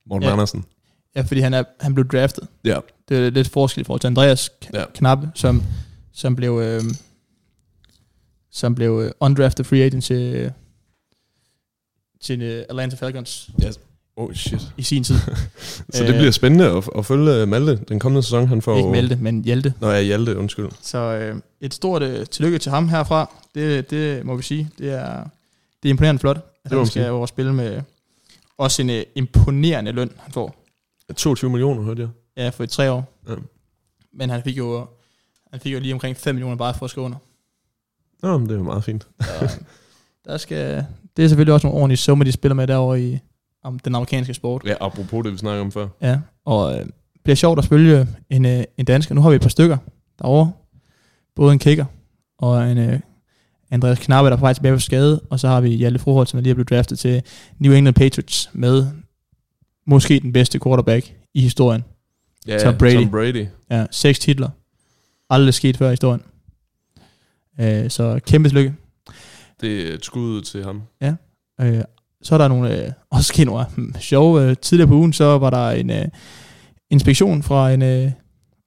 [SPEAKER 2] Morten
[SPEAKER 1] Ja.
[SPEAKER 2] ja. Andersen.
[SPEAKER 1] Ja, fordi han, er, han blev draftet.
[SPEAKER 2] Ja.
[SPEAKER 1] Det er lidt forskel i forhold til Andreas K- ja.
[SPEAKER 2] Ja.
[SPEAKER 1] Knappe, som, som blev, øh, som blev øh, undrafted free agent til, til øh, Atlanta Falcons
[SPEAKER 2] Oh shit.
[SPEAKER 1] i sin tid.
[SPEAKER 2] [laughs] Så det
[SPEAKER 1] Øh.
[SPEAKER 2] bliver spændende at, at følge øh, Malte den kommende sæson. Han får
[SPEAKER 1] Ikke Melte, men Hjalte.
[SPEAKER 2] Nå ja, Hjalte, undskyld.
[SPEAKER 1] Så øh, et stort øh, tillykke til ham herfra. Det, det må vi sige. Det er, det er imponerende flot, at
[SPEAKER 2] Det må
[SPEAKER 1] han
[SPEAKER 2] man
[SPEAKER 1] skal
[SPEAKER 2] sige.
[SPEAKER 1] over og spille med også en øh, imponerende løn, han får.
[SPEAKER 2] 22 millioner, hørte jeg.
[SPEAKER 1] Ja, for i tre år. Ja.
[SPEAKER 2] Ja.
[SPEAKER 1] Men han fik jo han fik jo lige omkring 5 millioner bare for at skrive under.
[SPEAKER 2] Nå, men det er jo meget fint.
[SPEAKER 1] Så øh, der skal, det er selvfølgelig også nogle ordentlige summer, de spiller med derovre i om den amerikanske sport.
[SPEAKER 2] Ja, apropos det, vi snakker om før.
[SPEAKER 1] Ja, og øh, bliver sjovt at følge en, øh, en dansker. Nu har vi et par stykker derovre. Både en kicker og en øh, Andreas Knappe, der er på vej tilbage på skade. Og så har vi Hjalte Froholt, som er lige er blevet draftet til New England Patriots med måske den bedste quarterback i historien.
[SPEAKER 2] Ja,
[SPEAKER 1] Tom Brady.
[SPEAKER 2] Tom Brady.
[SPEAKER 1] Ja, seks titler. Aldrig sket før i historien. Øh, så kæmpe tillykke.
[SPEAKER 2] Det er et skud ud til ham.
[SPEAKER 1] Øh, så er der nogle, øh, [laughs] også sket nogle hmm, sjove, øh, tidligere på ugen, så var der en øh, inspektion fra en øh,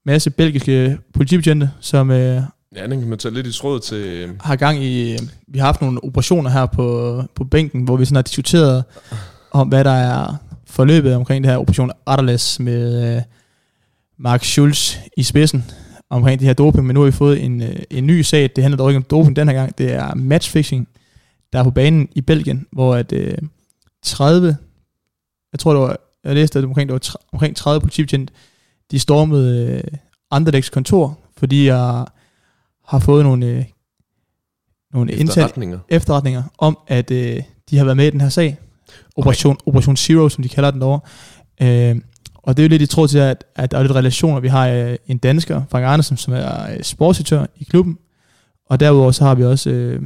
[SPEAKER 1] masse belgiske politibetjente, som øh,
[SPEAKER 2] Ja, den kan man tage lidt i tråd til... øh,
[SPEAKER 1] har gang i, øh, vi har haft nogle operationer her på, på bænken, hvor vi sådan har diskuteret om, hvad der er forløbet omkring det her operation Atlas med øh, Mark Schulz i spidsen omkring det her doping, men nu har vi fået en, øh, en ny sag. Det handler dog ikke om doping den her gang, det er matchfixing, der er på banen i Belgien, hvor at øh, 30, jeg tror det var, jeg læste, at det var omkring, det var tre, omkring 30 politibetjente, de stormede øh, Anderlechts kontor, fordi jeg har fået nogle, øh, nogle interne
[SPEAKER 2] Efterretninger.
[SPEAKER 1] efterretninger om, at øh, de har været med i den her sag. Operation, okay. Operation Zero, som de kalder den derovre. Øh, og det er jo lidt i tråd til, at, at der er lidt relationer. Vi har øh, en dansker, Frank Andersen, som er øh, sportsdirektør i klubben. Og derudover så har vi også øh,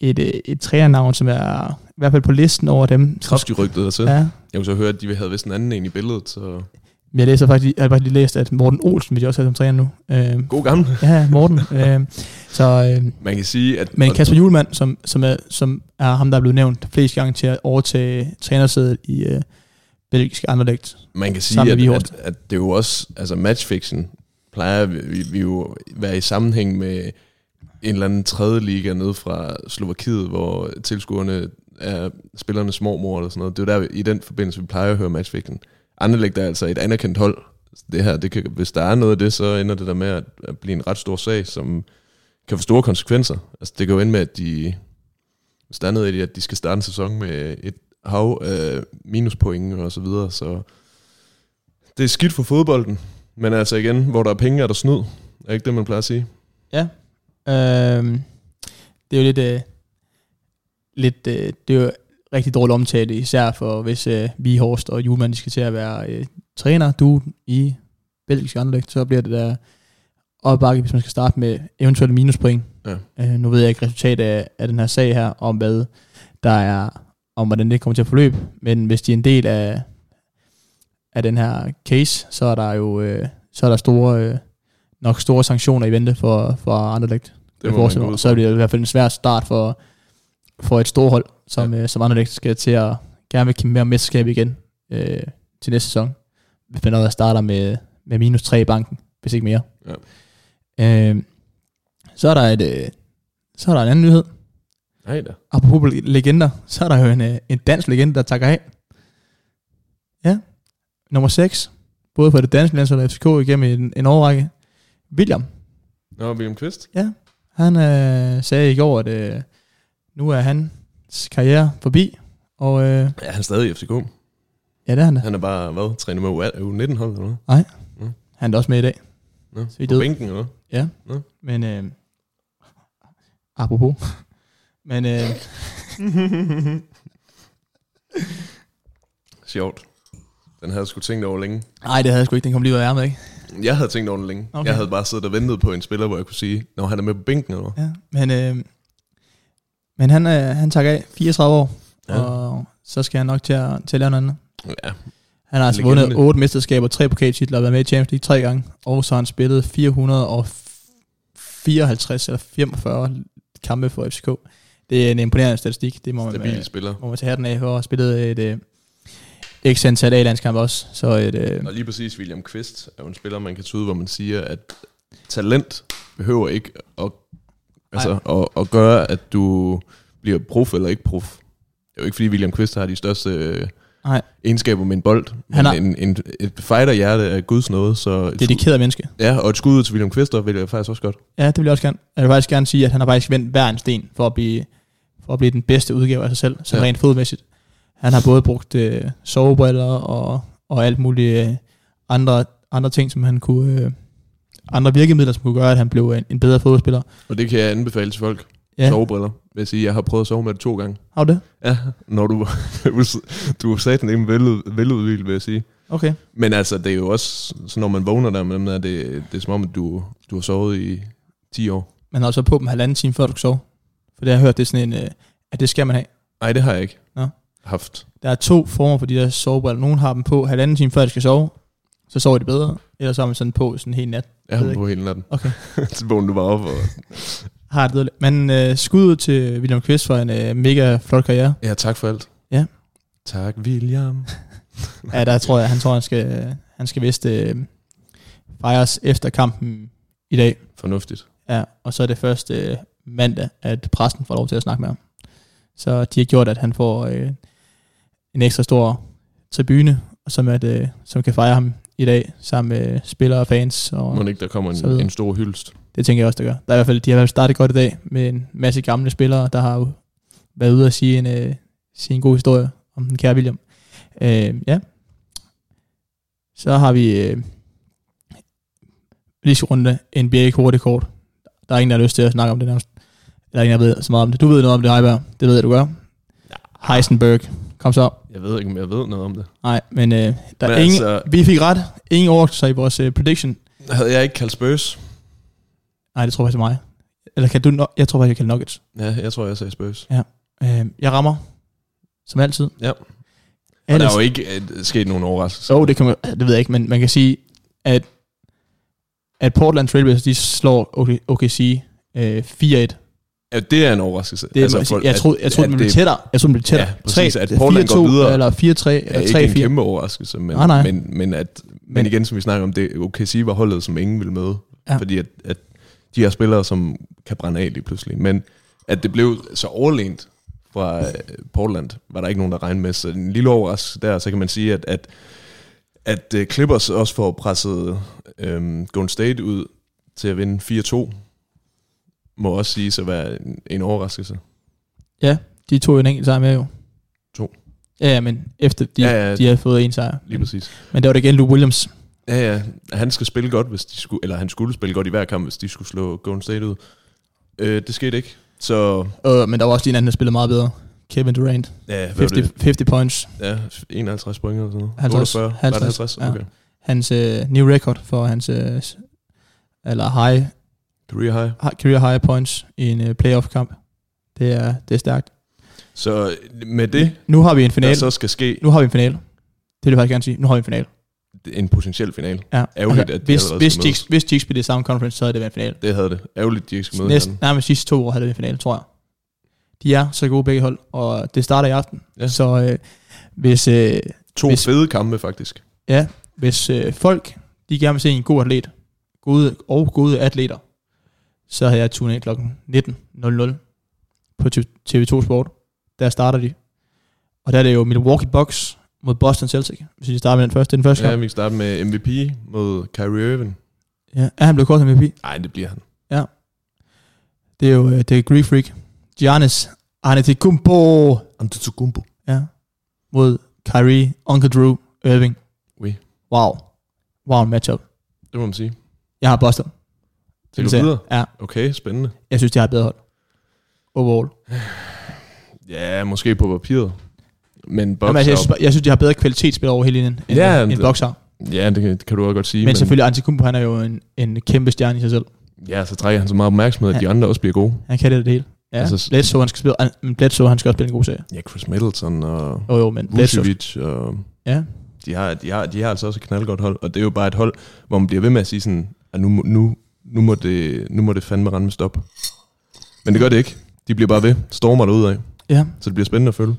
[SPEAKER 1] et, øh, et trænernavn, som er i hvert fald på listen over dem. som-
[SPEAKER 2] Kraftigt rygtet dertil. Ja.
[SPEAKER 1] Ja,
[SPEAKER 2] Jeg kunne så høre, at de havde vist en anden en i billedet, så
[SPEAKER 1] Men jeg læser faktisk, jeg har faktisk lige læst, at Morten Olsen vil de også have som træner nu. Øh,
[SPEAKER 2] God gammel.
[SPEAKER 1] ja, Morten. øh, så, øh,
[SPEAKER 2] Man kan sige, at...
[SPEAKER 1] men
[SPEAKER 2] og-
[SPEAKER 1] Kasper Julemand, som, som, er, som er ham, der er blevet nævnt flest gange til at overtage trænersædet i øh, belgisk anderlægt.
[SPEAKER 2] Man kan sige,
[SPEAKER 1] Sammen
[SPEAKER 2] at,
[SPEAKER 1] med
[SPEAKER 2] at,
[SPEAKER 1] Vihorst.
[SPEAKER 2] at det er jo også, altså matchfixen plejer vi, vi, vi jo være i sammenhæng med en eller anden tredje liga nede fra Slovakiet, hvor tilskuerne er spillernes mormor eller sådan noget. Det er jo der, i den forbindelse, vi plejer at høre matchfixen. Anderlægt er altså et anerkendt hold. Det her, det kan, hvis der er noget af det, så ender det der med at, at blive en ret stor sag, som kan få store konsekvenser. Altså, det kan jo ende med, at de, hvis der er noget i det, at de skal starte en sæson med et hav af minuspoint og så videre, så det er skidt for fodbolden, men altså igen, hvor der er penge, er der snyd. Er ikke det, man plejer at sige?
[SPEAKER 1] Øhm, det er jo lidt, øh, lidt øh, det er jo rigtig dårligt omtale, især for hvis øh, vi Horst og Julemand de skal til at være øh, træner, du i belgisk anlæg, så bliver det der opbakke, hvis man skal starte med eventuelle minuspoint.
[SPEAKER 2] Ja.
[SPEAKER 1] Øh, nu ved jeg ikke resultatet af, af den her sag her, om hvad der er, om hvordan det kommer til at forløbe, men hvis de er en del af, af den her case, så er der jo øh, så er der store, øh, nok store sanktioner i vente for, for Anderlecht. Det
[SPEAKER 2] man
[SPEAKER 1] forestiller
[SPEAKER 2] gå ud
[SPEAKER 1] mig. Så bliver det i hvert fald en svær start for, for et storhold, som, ja. øh, som Anderlecht skal til at gerne vil kæmpe mere om mesterskab igen øh, til næste sæson. Hvis man allerede starter med, med minus 3 i banken, hvis ikke mere. Ja. Øh, så er der et, øh, så er der en anden nyhed.
[SPEAKER 2] Nej da.
[SPEAKER 1] Apropos legender, så er der jo en, øh, en dansk legende, der takker af. Ja. Nummer 6. Både for det danske landshold og FCK igennem en, en årrække. William,
[SPEAKER 2] Nå, William Kvist?
[SPEAKER 1] han øh, sagde i går, at øh, nu er hans karriere forbi. Og øh,
[SPEAKER 2] Ja, han er stadig i FCK.
[SPEAKER 1] ja, det er han da.
[SPEAKER 2] Han er bare, hvad, træner med U19-hold eller noget?
[SPEAKER 1] Han er da også med i dag.
[SPEAKER 2] Nå,
[SPEAKER 1] Så I
[SPEAKER 2] på
[SPEAKER 1] døde.
[SPEAKER 2] bænken eller noget?
[SPEAKER 1] Men øh, apropos. [laughs] Men øh,
[SPEAKER 2] Sjovt. Den havde jeg sgu tænkt over længe.
[SPEAKER 1] nej, det havde jeg sgu ikke. Den kom lige ud af ærmet, ikke?
[SPEAKER 2] Jeg havde tænkt over den længe. Okay.
[SPEAKER 1] Okay.
[SPEAKER 2] Jeg havde bare siddet og ventet på en spiller, hvor jeg kunne sige, når han er med på bænken eller noget.
[SPEAKER 1] Ja, men, øh, men han, øh, han takker af 34 år,
[SPEAKER 2] Ja.
[SPEAKER 1] ja. og så skal han nok til at, til at lave noget andet.
[SPEAKER 2] Ja.
[SPEAKER 1] Han har altså
[SPEAKER 2] Legende.
[SPEAKER 1] vundet 8 mesterskaber, 3 pokaltitler og været med i Champions League tre gange, og så har han spillet 454 eller 45 kampe for FCK. Det er en imponerende statistik, det må man, øh,
[SPEAKER 2] Stabil spiller.
[SPEAKER 1] må man tage hatten af for, og har spillet et øh, x antal A-landskamp også, så et, øh,
[SPEAKER 2] Og lige præcis William Kvist er jo en spiller, man kan tyde, hvor man siger, at talent behøver ikke at, altså, at, at gøre, at du bliver prof eller ikke prof. Det er jo ikke, fordi William Kvist har de største øh,
[SPEAKER 1] Nej.
[SPEAKER 2] egenskaber med en bold. Men
[SPEAKER 1] Han har-
[SPEAKER 2] en, en, et fighterhjerte er guds noget, så et skud,
[SPEAKER 1] dedikeret menneske.
[SPEAKER 2] ja, og et skud ud til William Kvist, der vil jeg faktisk også godt.
[SPEAKER 1] Ja, det vil jeg også gerne. Jeg vil faktisk gerne sige, at han har faktisk vendt hver en sten for at blive, for at blive den bedste udgave af sig selv, så
[SPEAKER 2] Ja.
[SPEAKER 1] ja. rent fodmæssigt. Han har både brugt øh, sovebriller og, og alt muligt øh, andre, andre ting, som han kunne... Øh, andre virkemidler, som kunne gøre, at han blev en, en bedre fodboldspiller.
[SPEAKER 2] Og det kan jeg anbefale til folk. Ja.
[SPEAKER 1] Ja,
[SPEAKER 2] Sovebriller. Vil jeg sige, jeg har prøvet at sove med det to gange.
[SPEAKER 1] har du det?
[SPEAKER 2] Ja, når du, [laughs] du sagde den ikke velud, veludvildt, vil jeg sige.
[SPEAKER 1] Okay.
[SPEAKER 2] Men altså, det er jo også, så når man vågner der med dem der, det, det er som om, at du, du har sovet i 10 år.
[SPEAKER 1] Man har også på dem halvanden time, før du kan sove. For det har jeg hørt, det er sådan en, øh, at det skal man have.
[SPEAKER 2] Nej, det har jeg ikke
[SPEAKER 1] Nå.
[SPEAKER 2] haft.
[SPEAKER 1] Der er to former for de der sovebriller. Nogen har dem på halvanden time, før de skal sove. Så sover de bedre. Ellers har man sådan på sådan en hel nat.
[SPEAKER 2] Jeg
[SPEAKER 1] Ved
[SPEAKER 2] har
[SPEAKER 1] ikke.
[SPEAKER 2] på hele natten.
[SPEAKER 1] Okay.
[SPEAKER 2] [laughs] så vågner du bare op, og
[SPEAKER 1] Har det dødeligt. Men øh, skud ud til William Quist for en øh, mega flot karriere.
[SPEAKER 2] ja, tak for alt.
[SPEAKER 1] Ja.
[SPEAKER 2] Tak, William.
[SPEAKER 1] Ja, der tror jeg, han tror, han skal, han skal vist øh, fejres efter kampen i dag.
[SPEAKER 2] Fornuftigt.
[SPEAKER 1] Ja, og så er det først øh, mandag, at præsten får lov til at snakke med ham. Så de har gjort, at han får øh, en ekstra stor tribune, som, at, øh, som kan fejre ham i dag, sammen med øh, spillere og fans. Og,
[SPEAKER 2] Må ikke, der kommer
[SPEAKER 1] Så
[SPEAKER 2] en,
[SPEAKER 1] videre.
[SPEAKER 2] en stor hyldst.
[SPEAKER 1] Det tænker jeg også, der gør. Der er i hvert fald, de har i hvert fald startet godt i dag med en masse gamle spillere, der har jo været ude og sige en, øh, sige en god historie om den kære William. Øh, ja. Så har vi øh, lige så runde NBA kort. Der er ingen, der har lyst til at snakke om det nærmest. Der er ingen, der ved så meget om det. Du ved noget om det, Heiberg. Det ved jeg, du gør. Heisenberg. Kom så.
[SPEAKER 2] Jeg ved ikke, om jeg ved noget om det.
[SPEAKER 1] Nej, men øh, der
[SPEAKER 2] Men
[SPEAKER 1] er ingen...
[SPEAKER 2] altså,
[SPEAKER 1] Vi fik ret. Ingen overraskelser i vores øh, prediction.
[SPEAKER 2] havde jeg ikke kaldt Spurs?
[SPEAKER 1] Nej, det tror jeg faktisk er mig. Eller kan du... No- jeg tror faktisk, jeg kan Nuggets. Øhm,
[SPEAKER 2] Ja, jeg tror, jeg sagde Spurs.
[SPEAKER 1] Øh, jeg rammer, som altid.
[SPEAKER 2] Ja. Og der
[SPEAKER 1] Ellers-
[SPEAKER 2] er jo ikke øh, sket nogen overraskelser.
[SPEAKER 1] Jo, det, kan man, det ved jeg ikke, men man kan sige, at, at Portland Trailblazers, de slår OK- OKC øh, 4-1.
[SPEAKER 2] Ja, det er en overraskelse.
[SPEAKER 1] Det, altså,
[SPEAKER 2] for-
[SPEAKER 1] jeg troede, jeg troede,
[SPEAKER 2] at
[SPEAKER 1] man blev
[SPEAKER 2] det
[SPEAKER 1] tættere. Jeg troede, man blev tættere.
[SPEAKER 2] Ja, præcis, at Portland går
[SPEAKER 1] 4-2,
[SPEAKER 2] videre,
[SPEAKER 1] Eller 4-3,
[SPEAKER 2] er
[SPEAKER 1] eller
[SPEAKER 2] ikke en
[SPEAKER 1] 3-4.
[SPEAKER 2] kæmpe overraskelse, men,
[SPEAKER 1] Nej, nej.
[SPEAKER 2] men, men, at, men
[SPEAKER 1] Men-
[SPEAKER 2] igen, som vi snakker om, det OKC var holdet, som ingen ville møde.
[SPEAKER 1] Ja.
[SPEAKER 2] Fordi at, at de her spillere, som kan brænde af lige pludselig. Men at det blev så overlænt fra øh, Portland, var der ikke nogen, der regnede med. Så en lille overraskelse der, så kan man sige, at, at, at øh, Clippers også får presset øhm, Golden State ud til at vinde 4-2, må også sige at være en, en overraskelse.
[SPEAKER 1] De tog jo en enkelt sejr med jo.
[SPEAKER 2] To.
[SPEAKER 1] Ja, ja, men efter de,
[SPEAKER 2] Ja, ja.
[SPEAKER 1] de havde fået en sejr.
[SPEAKER 2] Lige præcis.
[SPEAKER 1] Men der var det igen Lou Williams.
[SPEAKER 2] Ja, ja. Han skal spille godt, hvis de skulle, eller han skulle spille godt i hver kamp, hvis de skulle slå Golden State ud. Øh, det skete ikke. Så
[SPEAKER 1] Øh, men der var også en anden, der spillede meget bedre. Kevin Durant.
[SPEAKER 2] ja, hvad
[SPEAKER 1] 50,
[SPEAKER 2] var det?
[SPEAKER 1] 50 points.
[SPEAKER 2] Ja, 51 point eller sådan noget.
[SPEAKER 1] 50,
[SPEAKER 2] 48. Var det
[SPEAKER 1] 50?
[SPEAKER 2] 50? Okay.
[SPEAKER 1] Hans øh, new record for hans... Øh, s- eller high,
[SPEAKER 2] Career high.
[SPEAKER 1] hi- career high points i en øh, playoff-kamp. Det er, det er stærkt.
[SPEAKER 2] Så øh, med det,
[SPEAKER 1] Nu har vi en
[SPEAKER 2] der
[SPEAKER 1] finale.
[SPEAKER 2] så skal ske
[SPEAKER 1] Nu har vi en finale. Det vil jeg faktisk gerne sige. Nu har vi en finale.
[SPEAKER 2] en potentiel finale.
[SPEAKER 1] Ja. altså,
[SPEAKER 2] Ærgerligt, at de
[SPEAKER 1] hvis,
[SPEAKER 2] allerede
[SPEAKER 1] hvis,
[SPEAKER 2] skal
[SPEAKER 1] de,
[SPEAKER 2] mødes.
[SPEAKER 1] ikke- hvis de ikke spillede i samme conference, så havde det været en finale.
[SPEAKER 2] Det havde det. Ærgerligt, de ikke skal møde
[SPEAKER 1] Næsten,
[SPEAKER 2] hinanden.
[SPEAKER 1] nej, men sidste to år havde det været en finale, tror jeg. De er så gode begge hold, og det starter i aften.
[SPEAKER 2] Ja.
[SPEAKER 1] Så øh, hvis, øh,
[SPEAKER 2] To
[SPEAKER 1] Hvis-
[SPEAKER 2] fede kampe, faktisk.
[SPEAKER 1] hvis øh, folk de gerne vil se en god atlet, gode og gode atleter, så havde jeg tunet ind kl. 19.00 på TV2 Sport. Der starter de. Og der er det jo Milwaukee Bucks mod Boston Celtic, hvis vi starter med den første. Den første
[SPEAKER 2] Ja,
[SPEAKER 1] ja,
[SPEAKER 2] vi kan starte med MVP mod Kyrie Irving.
[SPEAKER 1] ja. Er han blevet kort som MVP?
[SPEAKER 2] Nej, det bliver han.
[SPEAKER 1] Det er jo øh, det er Greek Freak. Giannis Antetokounmpo
[SPEAKER 2] Antetokounmpo.
[SPEAKER 1] ja. mod Kyrie, Uncle Drew, Irving.
[SPEAKER 2] Oui.
[SPEAKER 1] Wow. Wow en matchup.
[SPEAKER 2] Det må man sige.
[SPEAKER 1] Jeg har Boston.
[SPEAKER 2] Det går
[SPEAKER 1] Så-
[SPEAKER 2] videre.
[SPEAKER 1] Ja,
[SPEAKER 2] Okay, spændende.
[SPEAKER 1] jeg synes, de har et bedre hold. Overall.
[SPEAKER 2] Ja, måske på papiret. Men Bucks
[SPEAKER 1] Jamen, altså,
[SPEAKER 2] er
[SPEAKER 1] jeg,
[SPEAKER 2] jo-
[SPEAKER 1] synes, bare- jeg synes, de har bedre kvalitetsspillere over hele linjen, end,
[SPEAKER 2] Ja,
[SPEAKER 1] ja, end
[SPEAKER 2] det-
[SPEAKER 1] Box har.
[SPEAKER 2] Ja, det, kan- det kan du også godt sige.
[SPEAKER 1] Men, men selvfølgelig, Antetokounmpo, han er jo en, en kæmpe stjerne i sig selv.
[SPEAKER 2] Ja, så trækker han så meget opmærksomhed, at de andre også bliver gode.
[SPEAKER 1] Han kan det, det hele. Ja,
[SPEAKER 2] Altså,
[SPEAKER 1] altså,
[SPEAKER 2] s-
[SPEAKER 1] Bledsoe, han skal spille, an, men Bledsoe, han skal også spille en god serie.
[SPEAKER 2] Ja, Chris Middleton og
[SPEAKER 1] Jo, jo, men Bledsoe.
[SPEAKER 2] Vucevic. Og
[SPEAKER 1] Ja.
[SPEAKER 2] de, har, de, har, de har altså også et knaldgodt hold, og det er jo bare et hold, hvor man bliver ved med at sige sådan, at nu, må- nu, nu, må, det, nu må det fandme rende med stop. Men det gør det ikke. De bliver bare ved, stormer derudad,
[SPEAKER 1] Ja,
[SPEAKER 2] så det bliver spændende at følge.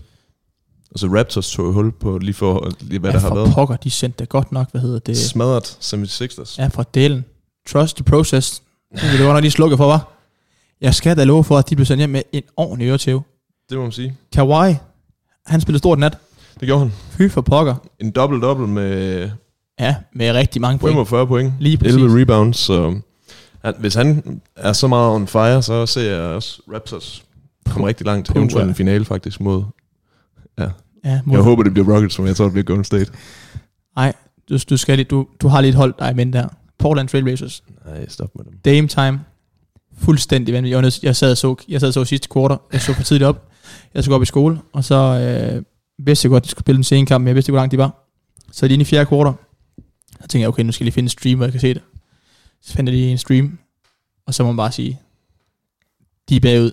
[SPEAKER 2] Og så Raptors tog jo hul på lige for, lige hvad
[SPEAKER 1] hvad
[SPEAKER 2] ja, der har
[SPEAKER 1] for
[SPEAKER 2] været.
[SPEAKER 1] pokker, de sendte det godt nok, hvad hedder det?
[SPEAKER 2] Smadret 76ers.
[SPEAKER 1] Ja, for delen. Trust the process. Det vil du godt nok lige slukke for, var. Jeg skal da love for, at de blev sendt hjem med en ordentlig øretæve.
[SPEAKER 2] Det må man sige.
[SPEAKER 1] Kawhi, han spillede stort nat.
[SPEAKER 2] Det gjorde han.
[SPEAKER 1] Fy for pokker.
[SPEAKER 2] En dobbelt-dobbelt med
[SPEAKER 1] Ja, med rigtig mange point.
[SPEAKER 2] 45 point.
[SPEAKER 1] Lige præcis.
[SPEAKER 2] 11 rebounds, så han, hvis han er så meget on fire, så ser jeg også Raptors komme rigtig langt.
[SPEAKER 1] puh,
[SPEAKER 2] Eventuelt
[SPEAKER 1] ja.
[SPEAKER 2] en finale faktisk mod...
[SPEAKER 1] Ja,
[SPEAKER 2] Jeg
[SPEAKER 1] mod,
[SPEAKER 2] håber, det bliver Rockets, men jeg tror, det bliver Golden State.
[SPEAKER 1] du, du, skal lige, du, du har lige et hold, der er men der. Portland Trailblazers.
[SPEAKER 2] Nej, stop med dem.
[SPEAKER 1] Dame time. Fuldstændig vanvittigt. Jeg, var nødt- jeg, sad og så, jeg sad og så sidste quarter. Jeg så for tidligt op. Jeg skulle op i skole, og så øh, vidste jeg godt, at de skulle spille den sene kamp, men jeg vidste ikke, hvor langt de var. Så de inde i fjerde quarter. Så tænkte jeg, okay, nu skal jeg lige finde en stream, hvor jeg kan se det. Så fandt jeg lige en stream, og så må man bare sige, de er bagud.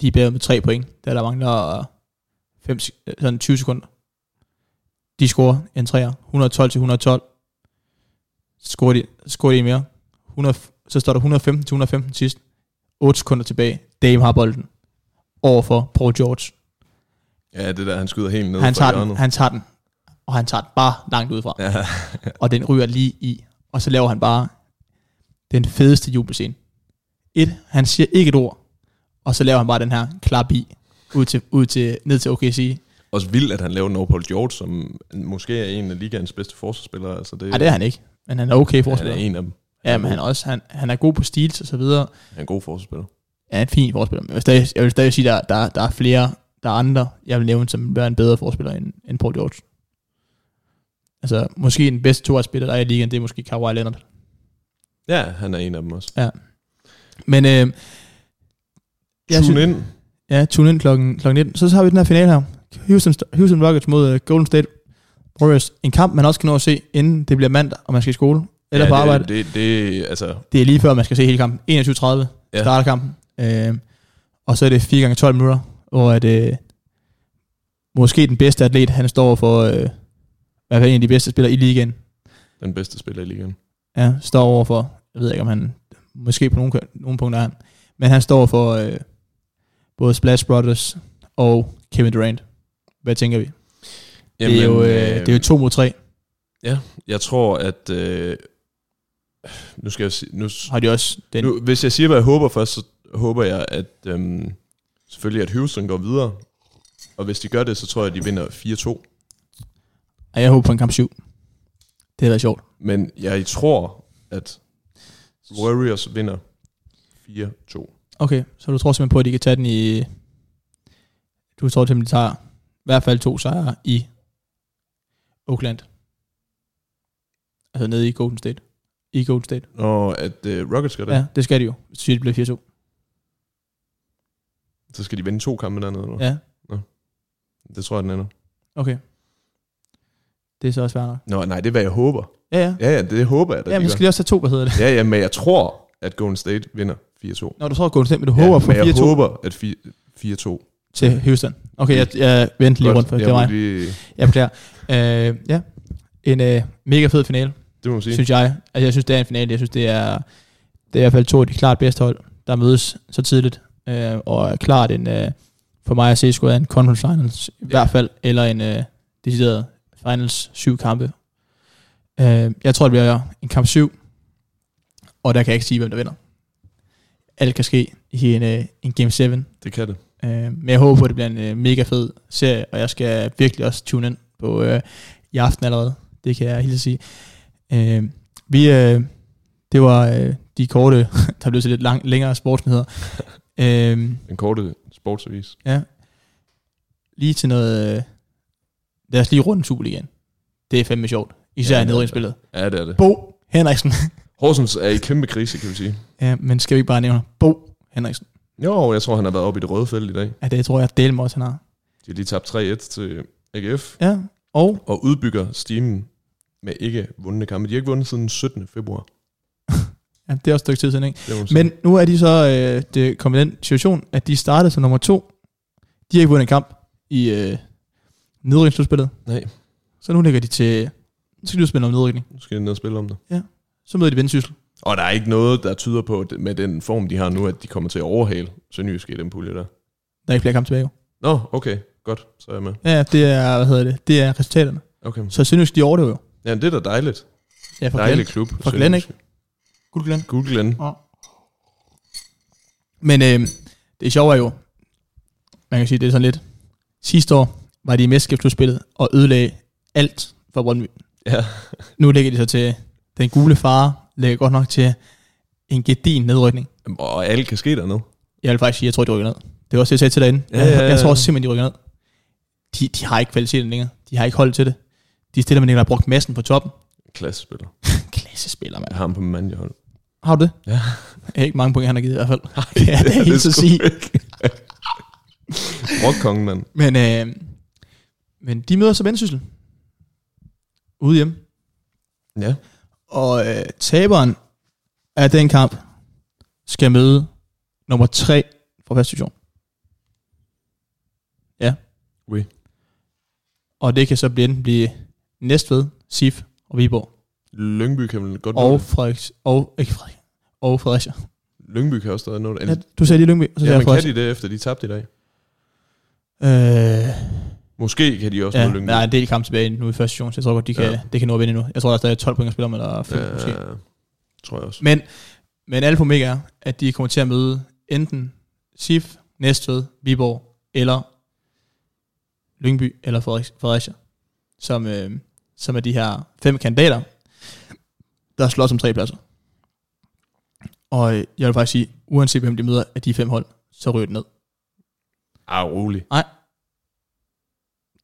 [SPEAKER 1] De er bagud med tre point, da der mangler øh, 5, øh, sådan 20 sekunder. De scorer en træer, 112 til 112. Så scorer de, så scorer de en mere. 100, så står der 115 til 115 sidst. 8 sekunder tilbage. Dame har bolden. Overfor Paul George.
[SPEAKER 2] Ja, det der, han skyder helt ned
[SPEAKER 1] Han
[SPEAKER 2] fra
[SPEAKER 1] tager
[SPEAKER 2] hjørnet.
[SPEAKER 1] den, han tager den. Og han tager den bare langt ud fra.
[SPEAKER 2] Ja,
[SPEAKER 1] Og den ryger lige i. Og så laver han bare den fedeste jubelscene. Et, han siger ikke et ord. Og så laver han bare den her klap i. Ud til, ud til, ned til OKC.
[SPEAKER 2] også vildt, at han laver den over Paul George, som måske er en af ligaens bedste forsvarsspillere. Altså det,
[SPEAKER 1] Nej, det er han ikke. Men han er okay
[SPEAKER 2] han er
[SPEAKER 1] forspiller.
[SPEAKER 2] en af dem.
[SPEAKER 1] Ja, men han er, også, han, han er god på steals og så videre.
[SPEAKER 2] Han er en god forsvarsspiller.
[SPEAKER 1] er en fin forspiller, men jeg vil stadig, jeg vil stadig sige, at der, der, der er flere, der er andre, jeg vil nævne, som vil være en bedre forspiller end, end Paul George. Altså, måske den bedste toerspiller, der er i ligaen, det er måske Kawhi Leonard.
[SPEAKER 2] Ja, han er en af dem også.
[SPEAKER 1] Men øh,
[SPEAKER 2] Tune ind.
[SPEAKER 1] Ja, tune ind klokken, klokken 19. Så, så har vi den her finale her. Houston, Houston Rockets mod uh, Golden State Warriors. En kamp, man også kan nå at se, inden det bliver mandag, og man skal i skole eller
[SPEAKER 2] ja,
[SPEAKER 1] på arbejde.
[SPEAKER 2] Det, det, det, altså,
[SPEAKER 1] Det er lige før, man skal se hele kampen. 21.30 ja.
[SPEAKER 2] Ja.
[SPEAKER 1] starter Øhm, kampen. Øh, og så er det 4 gange 12 minutter, hvor at, øh, måske den bedste atlet, han står for, øh, i hvert fald en af de bedste spillere i ligaen,
[SPEAKER 2] Den bedste spiller i ligaen.
[SPEAKER 1] ja, står over for, jeg ved ikke om han, måske på nogle, kø- nogle punkter er han, men han står for øh, både Splash Brothers og Kevin Durant. Hvad tænker vi? Jamen, det, er jo, øh, det er jo to mod tre.
[SPEAKER 2] Jeg tror, at... Øh, nu skal jeg sige... Nu,
[SPEAKER 1] Har de også den?
[SPEAKER 2] nu, hvis jeg siger, hvad jeg håber først, så håber jeg, at... Øh, selvfølgelig, at Houston går videre. Og hvis de gør det, så tror jeg, at de vinder 4-2.
[SPEAKER 1] Ej, jeg håber på en kamp 7. Det har været sjovt.
[SPEAKER 2] Men jeg tror, at Warriors vinder 4-2.
[SPEAKER 1] Okay, så du tror simpelthen på, at de kan tage den i... Du tror simpelthen, de tager i hvert fald to sejre i Oakland. Altså nede i Golden State. I Golden State.
[SPEAKER 2] Og at øh, Rockets gør det, ja.
[SPEAKER 1] Ja, det skal de jo. Hvis du siger, det bliver 4-2.
[SPEAKER 2] så skal de vinde to kampe dernede. Eller? Ja.
[SPEAKER 1] Ja,
[SPEAKER 2] Det tror jeg, den ender.
[SPEAKER 1] okay. Det er så også svært nok.
[SPEAKER 2] Nå, nej, det er, hvad jeg håber.
[SPEAKER 1] Ja, ja.
[SPEAKER 2] Ja, ja, det håber jeg, at
[SPEAKER 1] Ja, men
[SPEAKER 2] de
[SPEAKER 1] så skal de også tage to, hvad hedder det?
[SPEAKER 2] gør. Ja, ja, men jeg tror, at Golden State vinder 4-2.
[SPEAKER 1] Når du tror Golden State, men du håber
[SPEAKER 2] ja,
[SPEAKER 1] på
[SPEAKER 2] men jeg
[SPEAKER 1] 4-2
[SPEAKER 2] håber, at fi- 4-2.
[SPEAKER 1] til Houston. Okay, jeg, jeg venter lige
[SPEAKER 2] Godt,
[SPEAKER 1] rundt for,
[SPEAKER 2] jeg
[SPEAKER 1] det var
[SPEAKER 2] må
[SPEAKER 1] mig.
[SPEAKER 2] Lige,
[SPEAKER 1] Jeg beklager. Øh, ja, en øh, mega fed finale.
[SPEAKER 2] det må man sige.
[SPEAKER 1] synes jeg. Altså, jeg synes, det er en finale. Jeg synes, det er, det er i hvert fald to af de klart bedste hold, der mødes så tidligt. Øh, og er klart en, øh, for mig at se, skulle være en conference finals, i hvert fald, eller en øh, decideret finals syv kampe. Øh, jeg tror, det bliver en kamp syv, og der kan jeg ikke sige, hvem der vinder. Alt kan ske i en, øh, en game 7. Øh,
[SPEAKER 2] Det kan det.
[SPEAKER 1] men jeg håber på, at det bliver en øh, mega fed serie, og jeg skal virkelig også tune ind på øh, i aften allerede. Det kan jeg helt at sige. Øh, vi, øh, det var øh, de korte, [laughs] der blev til lidt lang, længere sportsnyheder. øh,
[SPEAKER 2] En korte sportsavis.
[SPEAKER 1] lige til noget... Øh, lad os lige runde Superligaen. Det er fandme sjovt. Især
[SPEAKER 2] Ja,
[SPEAKER 1] ja,
[SPEAKER 2] det er
[SPEAKER 1] nedrundsspillet.
[SPEAKER 2] Ja, det er det.
[SPEAKER 1] Bo Henriksen.
[SPEAKER 2] Horsens er i kæmpe krise, kan vi sige.
[SPEAKER 1] [laughs] ja, men skal vi ikke bare nævne Bo Henriksen?
[SPEAKER 2] Jo, jeg tror, han har været oppe i det røde felt i dag.
[SPEAKER 1] Ja, det tror jeg, del mig også, han har.
[SPEAKER 2] De har lige tabt 3-1 til AGF,
[SPEAKER 1] Ja, og
[SPEAKER 2] og udbygger stimen med ikke vundne kampe. De har ikke vundet siden 17. februar.
[SPEAKER 1] ja, det er også et stykke tid siden, ikke?
[SPEAKER 2] Det må man sige.
[SPEAKER 1] Men nu er de så øh, det, kommet i den situation, at de startede som nummer to. De har ikke vundet en kamp i øh, nedrykningsslutspillet.
[SPEAKER 2] Nej.
[SPEAKER 1] Så nu ligger de til... Nu skal de udspille om nedrykning.
[SPEAKER 2] Nu skal jeg ned og spille om det.
[SPEAKER 1] Så møder de Vendsyssel.
[SPEAKER 2] Og der er ikke noget, der tyder på, at med den form, de har nu, at de kommer til at overhale Sønderjysk i den pulje der.
[SPEAKER 1] Der er ikke flere kampe tilbage. jo.
[SPEAKER 2] Nå, okay. Godt. Så er jeg med.
[SPEAKER 1] Ja, ja, det er, hvad hedder det? Det er resultaterne.
[SPEAKER 2] Okay.
[SPEAKER 1] Så Sønderjysk, de overlever jo.
[SPEAKER 2] Ja, det er da dejligt.
[SPEAKER 1] Ja, for
[SPEAKER 2] Dejlig
[SPEAKER 1] Glenn.
[SPEAKER 2] klub.
[SPEAKER 1] For Glenn, ikke? Gud Glenn.
[SPEAKER 2] Gud Glenn.
[SPEAKER 1] Men øh, det sjove er jo, man kan sige, det er sådan lidt. Sidste år var de i mesterskabsudspillet og ødelagde alt for Brøndby.
[SPEAKER 2] Ja.
[SPEAKER 1] [laughs] Nu ligger de så til den gule fare, ligger godt nok til en gedin nedrykning.
[SPEAKER 2] Og alt kan ske dernede.
[SPEAKER 1] Jeg vil faktisk sige, jeg tror, de rykker ned. Det var også det, jeg sagde til dig inden.
[SPEAKER 2] Ja,
[SPEAKER 1] jeg,
[SPEAKER 2] ja, ja.
[SPEAKER 1] jeg tror simpelthen, de rykker ned. De, de har ikke kvaliteten længere. De har ikke hold til det. De stiller med Nikolaj Brock Madsen på toppen.
[SPEAKER 2] Klassespiller.
[SPEAKER 1] Klassespiller, mand.
[SPEAKER 2] Jeg har ham på mandjehold.
[SPEAKER 1] Har du det?
[SPEAKER 2] Ja.
[SPEAKER 1] Jeg ikke mange point, han har givet i hvert fald. [laughs]
[SPEAKER 2] [laughs]
[SPEAKER 1] Ja, det er helt så sige.
[SPEAKER 2] Rockkongen, mand.
[SPEAKER 1] Men, øh, men de møder så Vendsyssel. Ude hjemme.
[SPEAKER 2] Ja.
[SPEAKER 1] Og øh, taberen af den kamp skal møde nummer 3 fra første division. Ja.
[SPEAKER 2] Oui.
[SPEAKER 1] Og det kan så blive enten blive Næstved, SIF og Viborg.
[SPEAKER 2] Lyngby kan vel godt nå
[SPEAKER 1] Og
[SPEAKER 2] det.
[SPEAKER 1] Frederiks... Og, ikke Frederik. Og Fredericia.
[SPEAKER 2] Lyngby kan også stadig nå det.
[SPEAKER 1] Ja, du sagde lige Lyngby, og så
[SPEAKER 2] Ja,
[SPEAKER 1] sagde jeg
[SPEAKER 2] men kan
[SPEAKER 1] Fredericia.
[SPEAKER 2] de det, efter de tabte i dag?
[SPEAKER 1] Øh,
[SPEAKER 2] Måske kan de også nå
[SPEAKER 1] ja, men
[SPEAKER 2] Lyngby.
[SPEAKER 1] der er en del kamp tilbage nu i første division, så jeg tror godt, de kan,
[SPEAKER 2] Ja.
[SPEAKER 1] ja. det kan nå at vinde nu. Jeg tror, der er stadig 12 point at spille om, eller 5 ja. måske.
[SPEAKER 2] Øh, tror jeg også.
[SPEAKER 1] Men, men alle på mega er, at de kommer til at møde enten SIF, Næstved, Viborg eller Lyngby eller Frederik- Fredericia, som, øh, som er de her fem kandidater, der slås om tre pladser. Og øh, jeg vil faktisk sige, uanset hvem de møder af de fem hold, så ryger det ned.
[SPEAKER 2] Ah, rolig.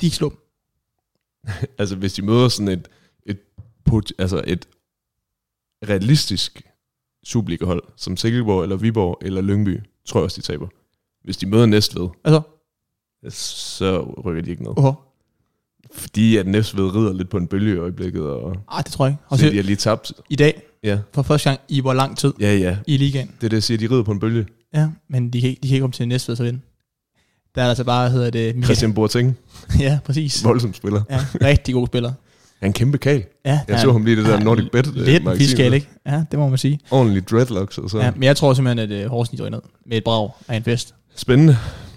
[SPEAKER 1] De slår dem.
[SPEAKER 2] Altså, hvis de møder sådan et, et, pot, altså et realistisk Superliga-hold, som Silkeborg eller Viborg eller Lyngby, tror jeg også, de taber. Hvis de møder Næstved,
[SPEAKER 1] Altså,
[SPEAKER 2] så rykker de ikke ned.
[SPEAKER 1] uh
[SPEAKER 2] Fordi at Næstved rider lidt på en bølge i øjeblikket, og
[SPEAKER 1] Ej, det tror jeg ikke. Og
[SPEAKER 2] så de
[SPEAKER 1] så,
[SPEAKER 2] har lige tabt.
[SPEAKER 1] i dag,
[SPEAKER 2] Ja,
[SPEAKER 1] for første gang i hvor lang tid
[SPEAKER 2] ja, ja.
[SPEAKER 1] i ligaen.
[SPEAKER 2] Det er det, jeg siger, de rider på en bølge.
[SPEAKER 1] Ja, men de kan ikke, de kan ikke komme til Næstved så vinde. Der er der så bare, hedder det... Michael-
[SPEAKER 2] Christian Boateng,
[SPEAKER 1] [laughs] ja, præcis.
[SPEAKER 2] voldsom spiller.
[SPEAKER 1] Ja, rigtig god spiller.
[SPEAKER 2] Han er en kæmpe kal.
[SPEAKER 1] Ja,
[SPEAKER 2] Jeg
[SPEAKER 1] han-
[SPEAKER 2] så ham lige i det der
[SPEAKER 1] han er
[SPEAKER 2] Nordic Bet, øh,
[SPEAKER 1] Lidt en
[SPEAKER 2] magasin
[SPEAKER 1] fiskal,
[SPEAKER 2] der.
[SPEAKER 1] ikke? Ja, det må man sige.
[SPEAKER 2] Ordentlig dreadlocks og så.
[SPEAKER 1] Ja, men jeg tror simpelthen, at uh, Horsens de rykker ned med et brag af en fest.
[SPEAKER 2] Spændende.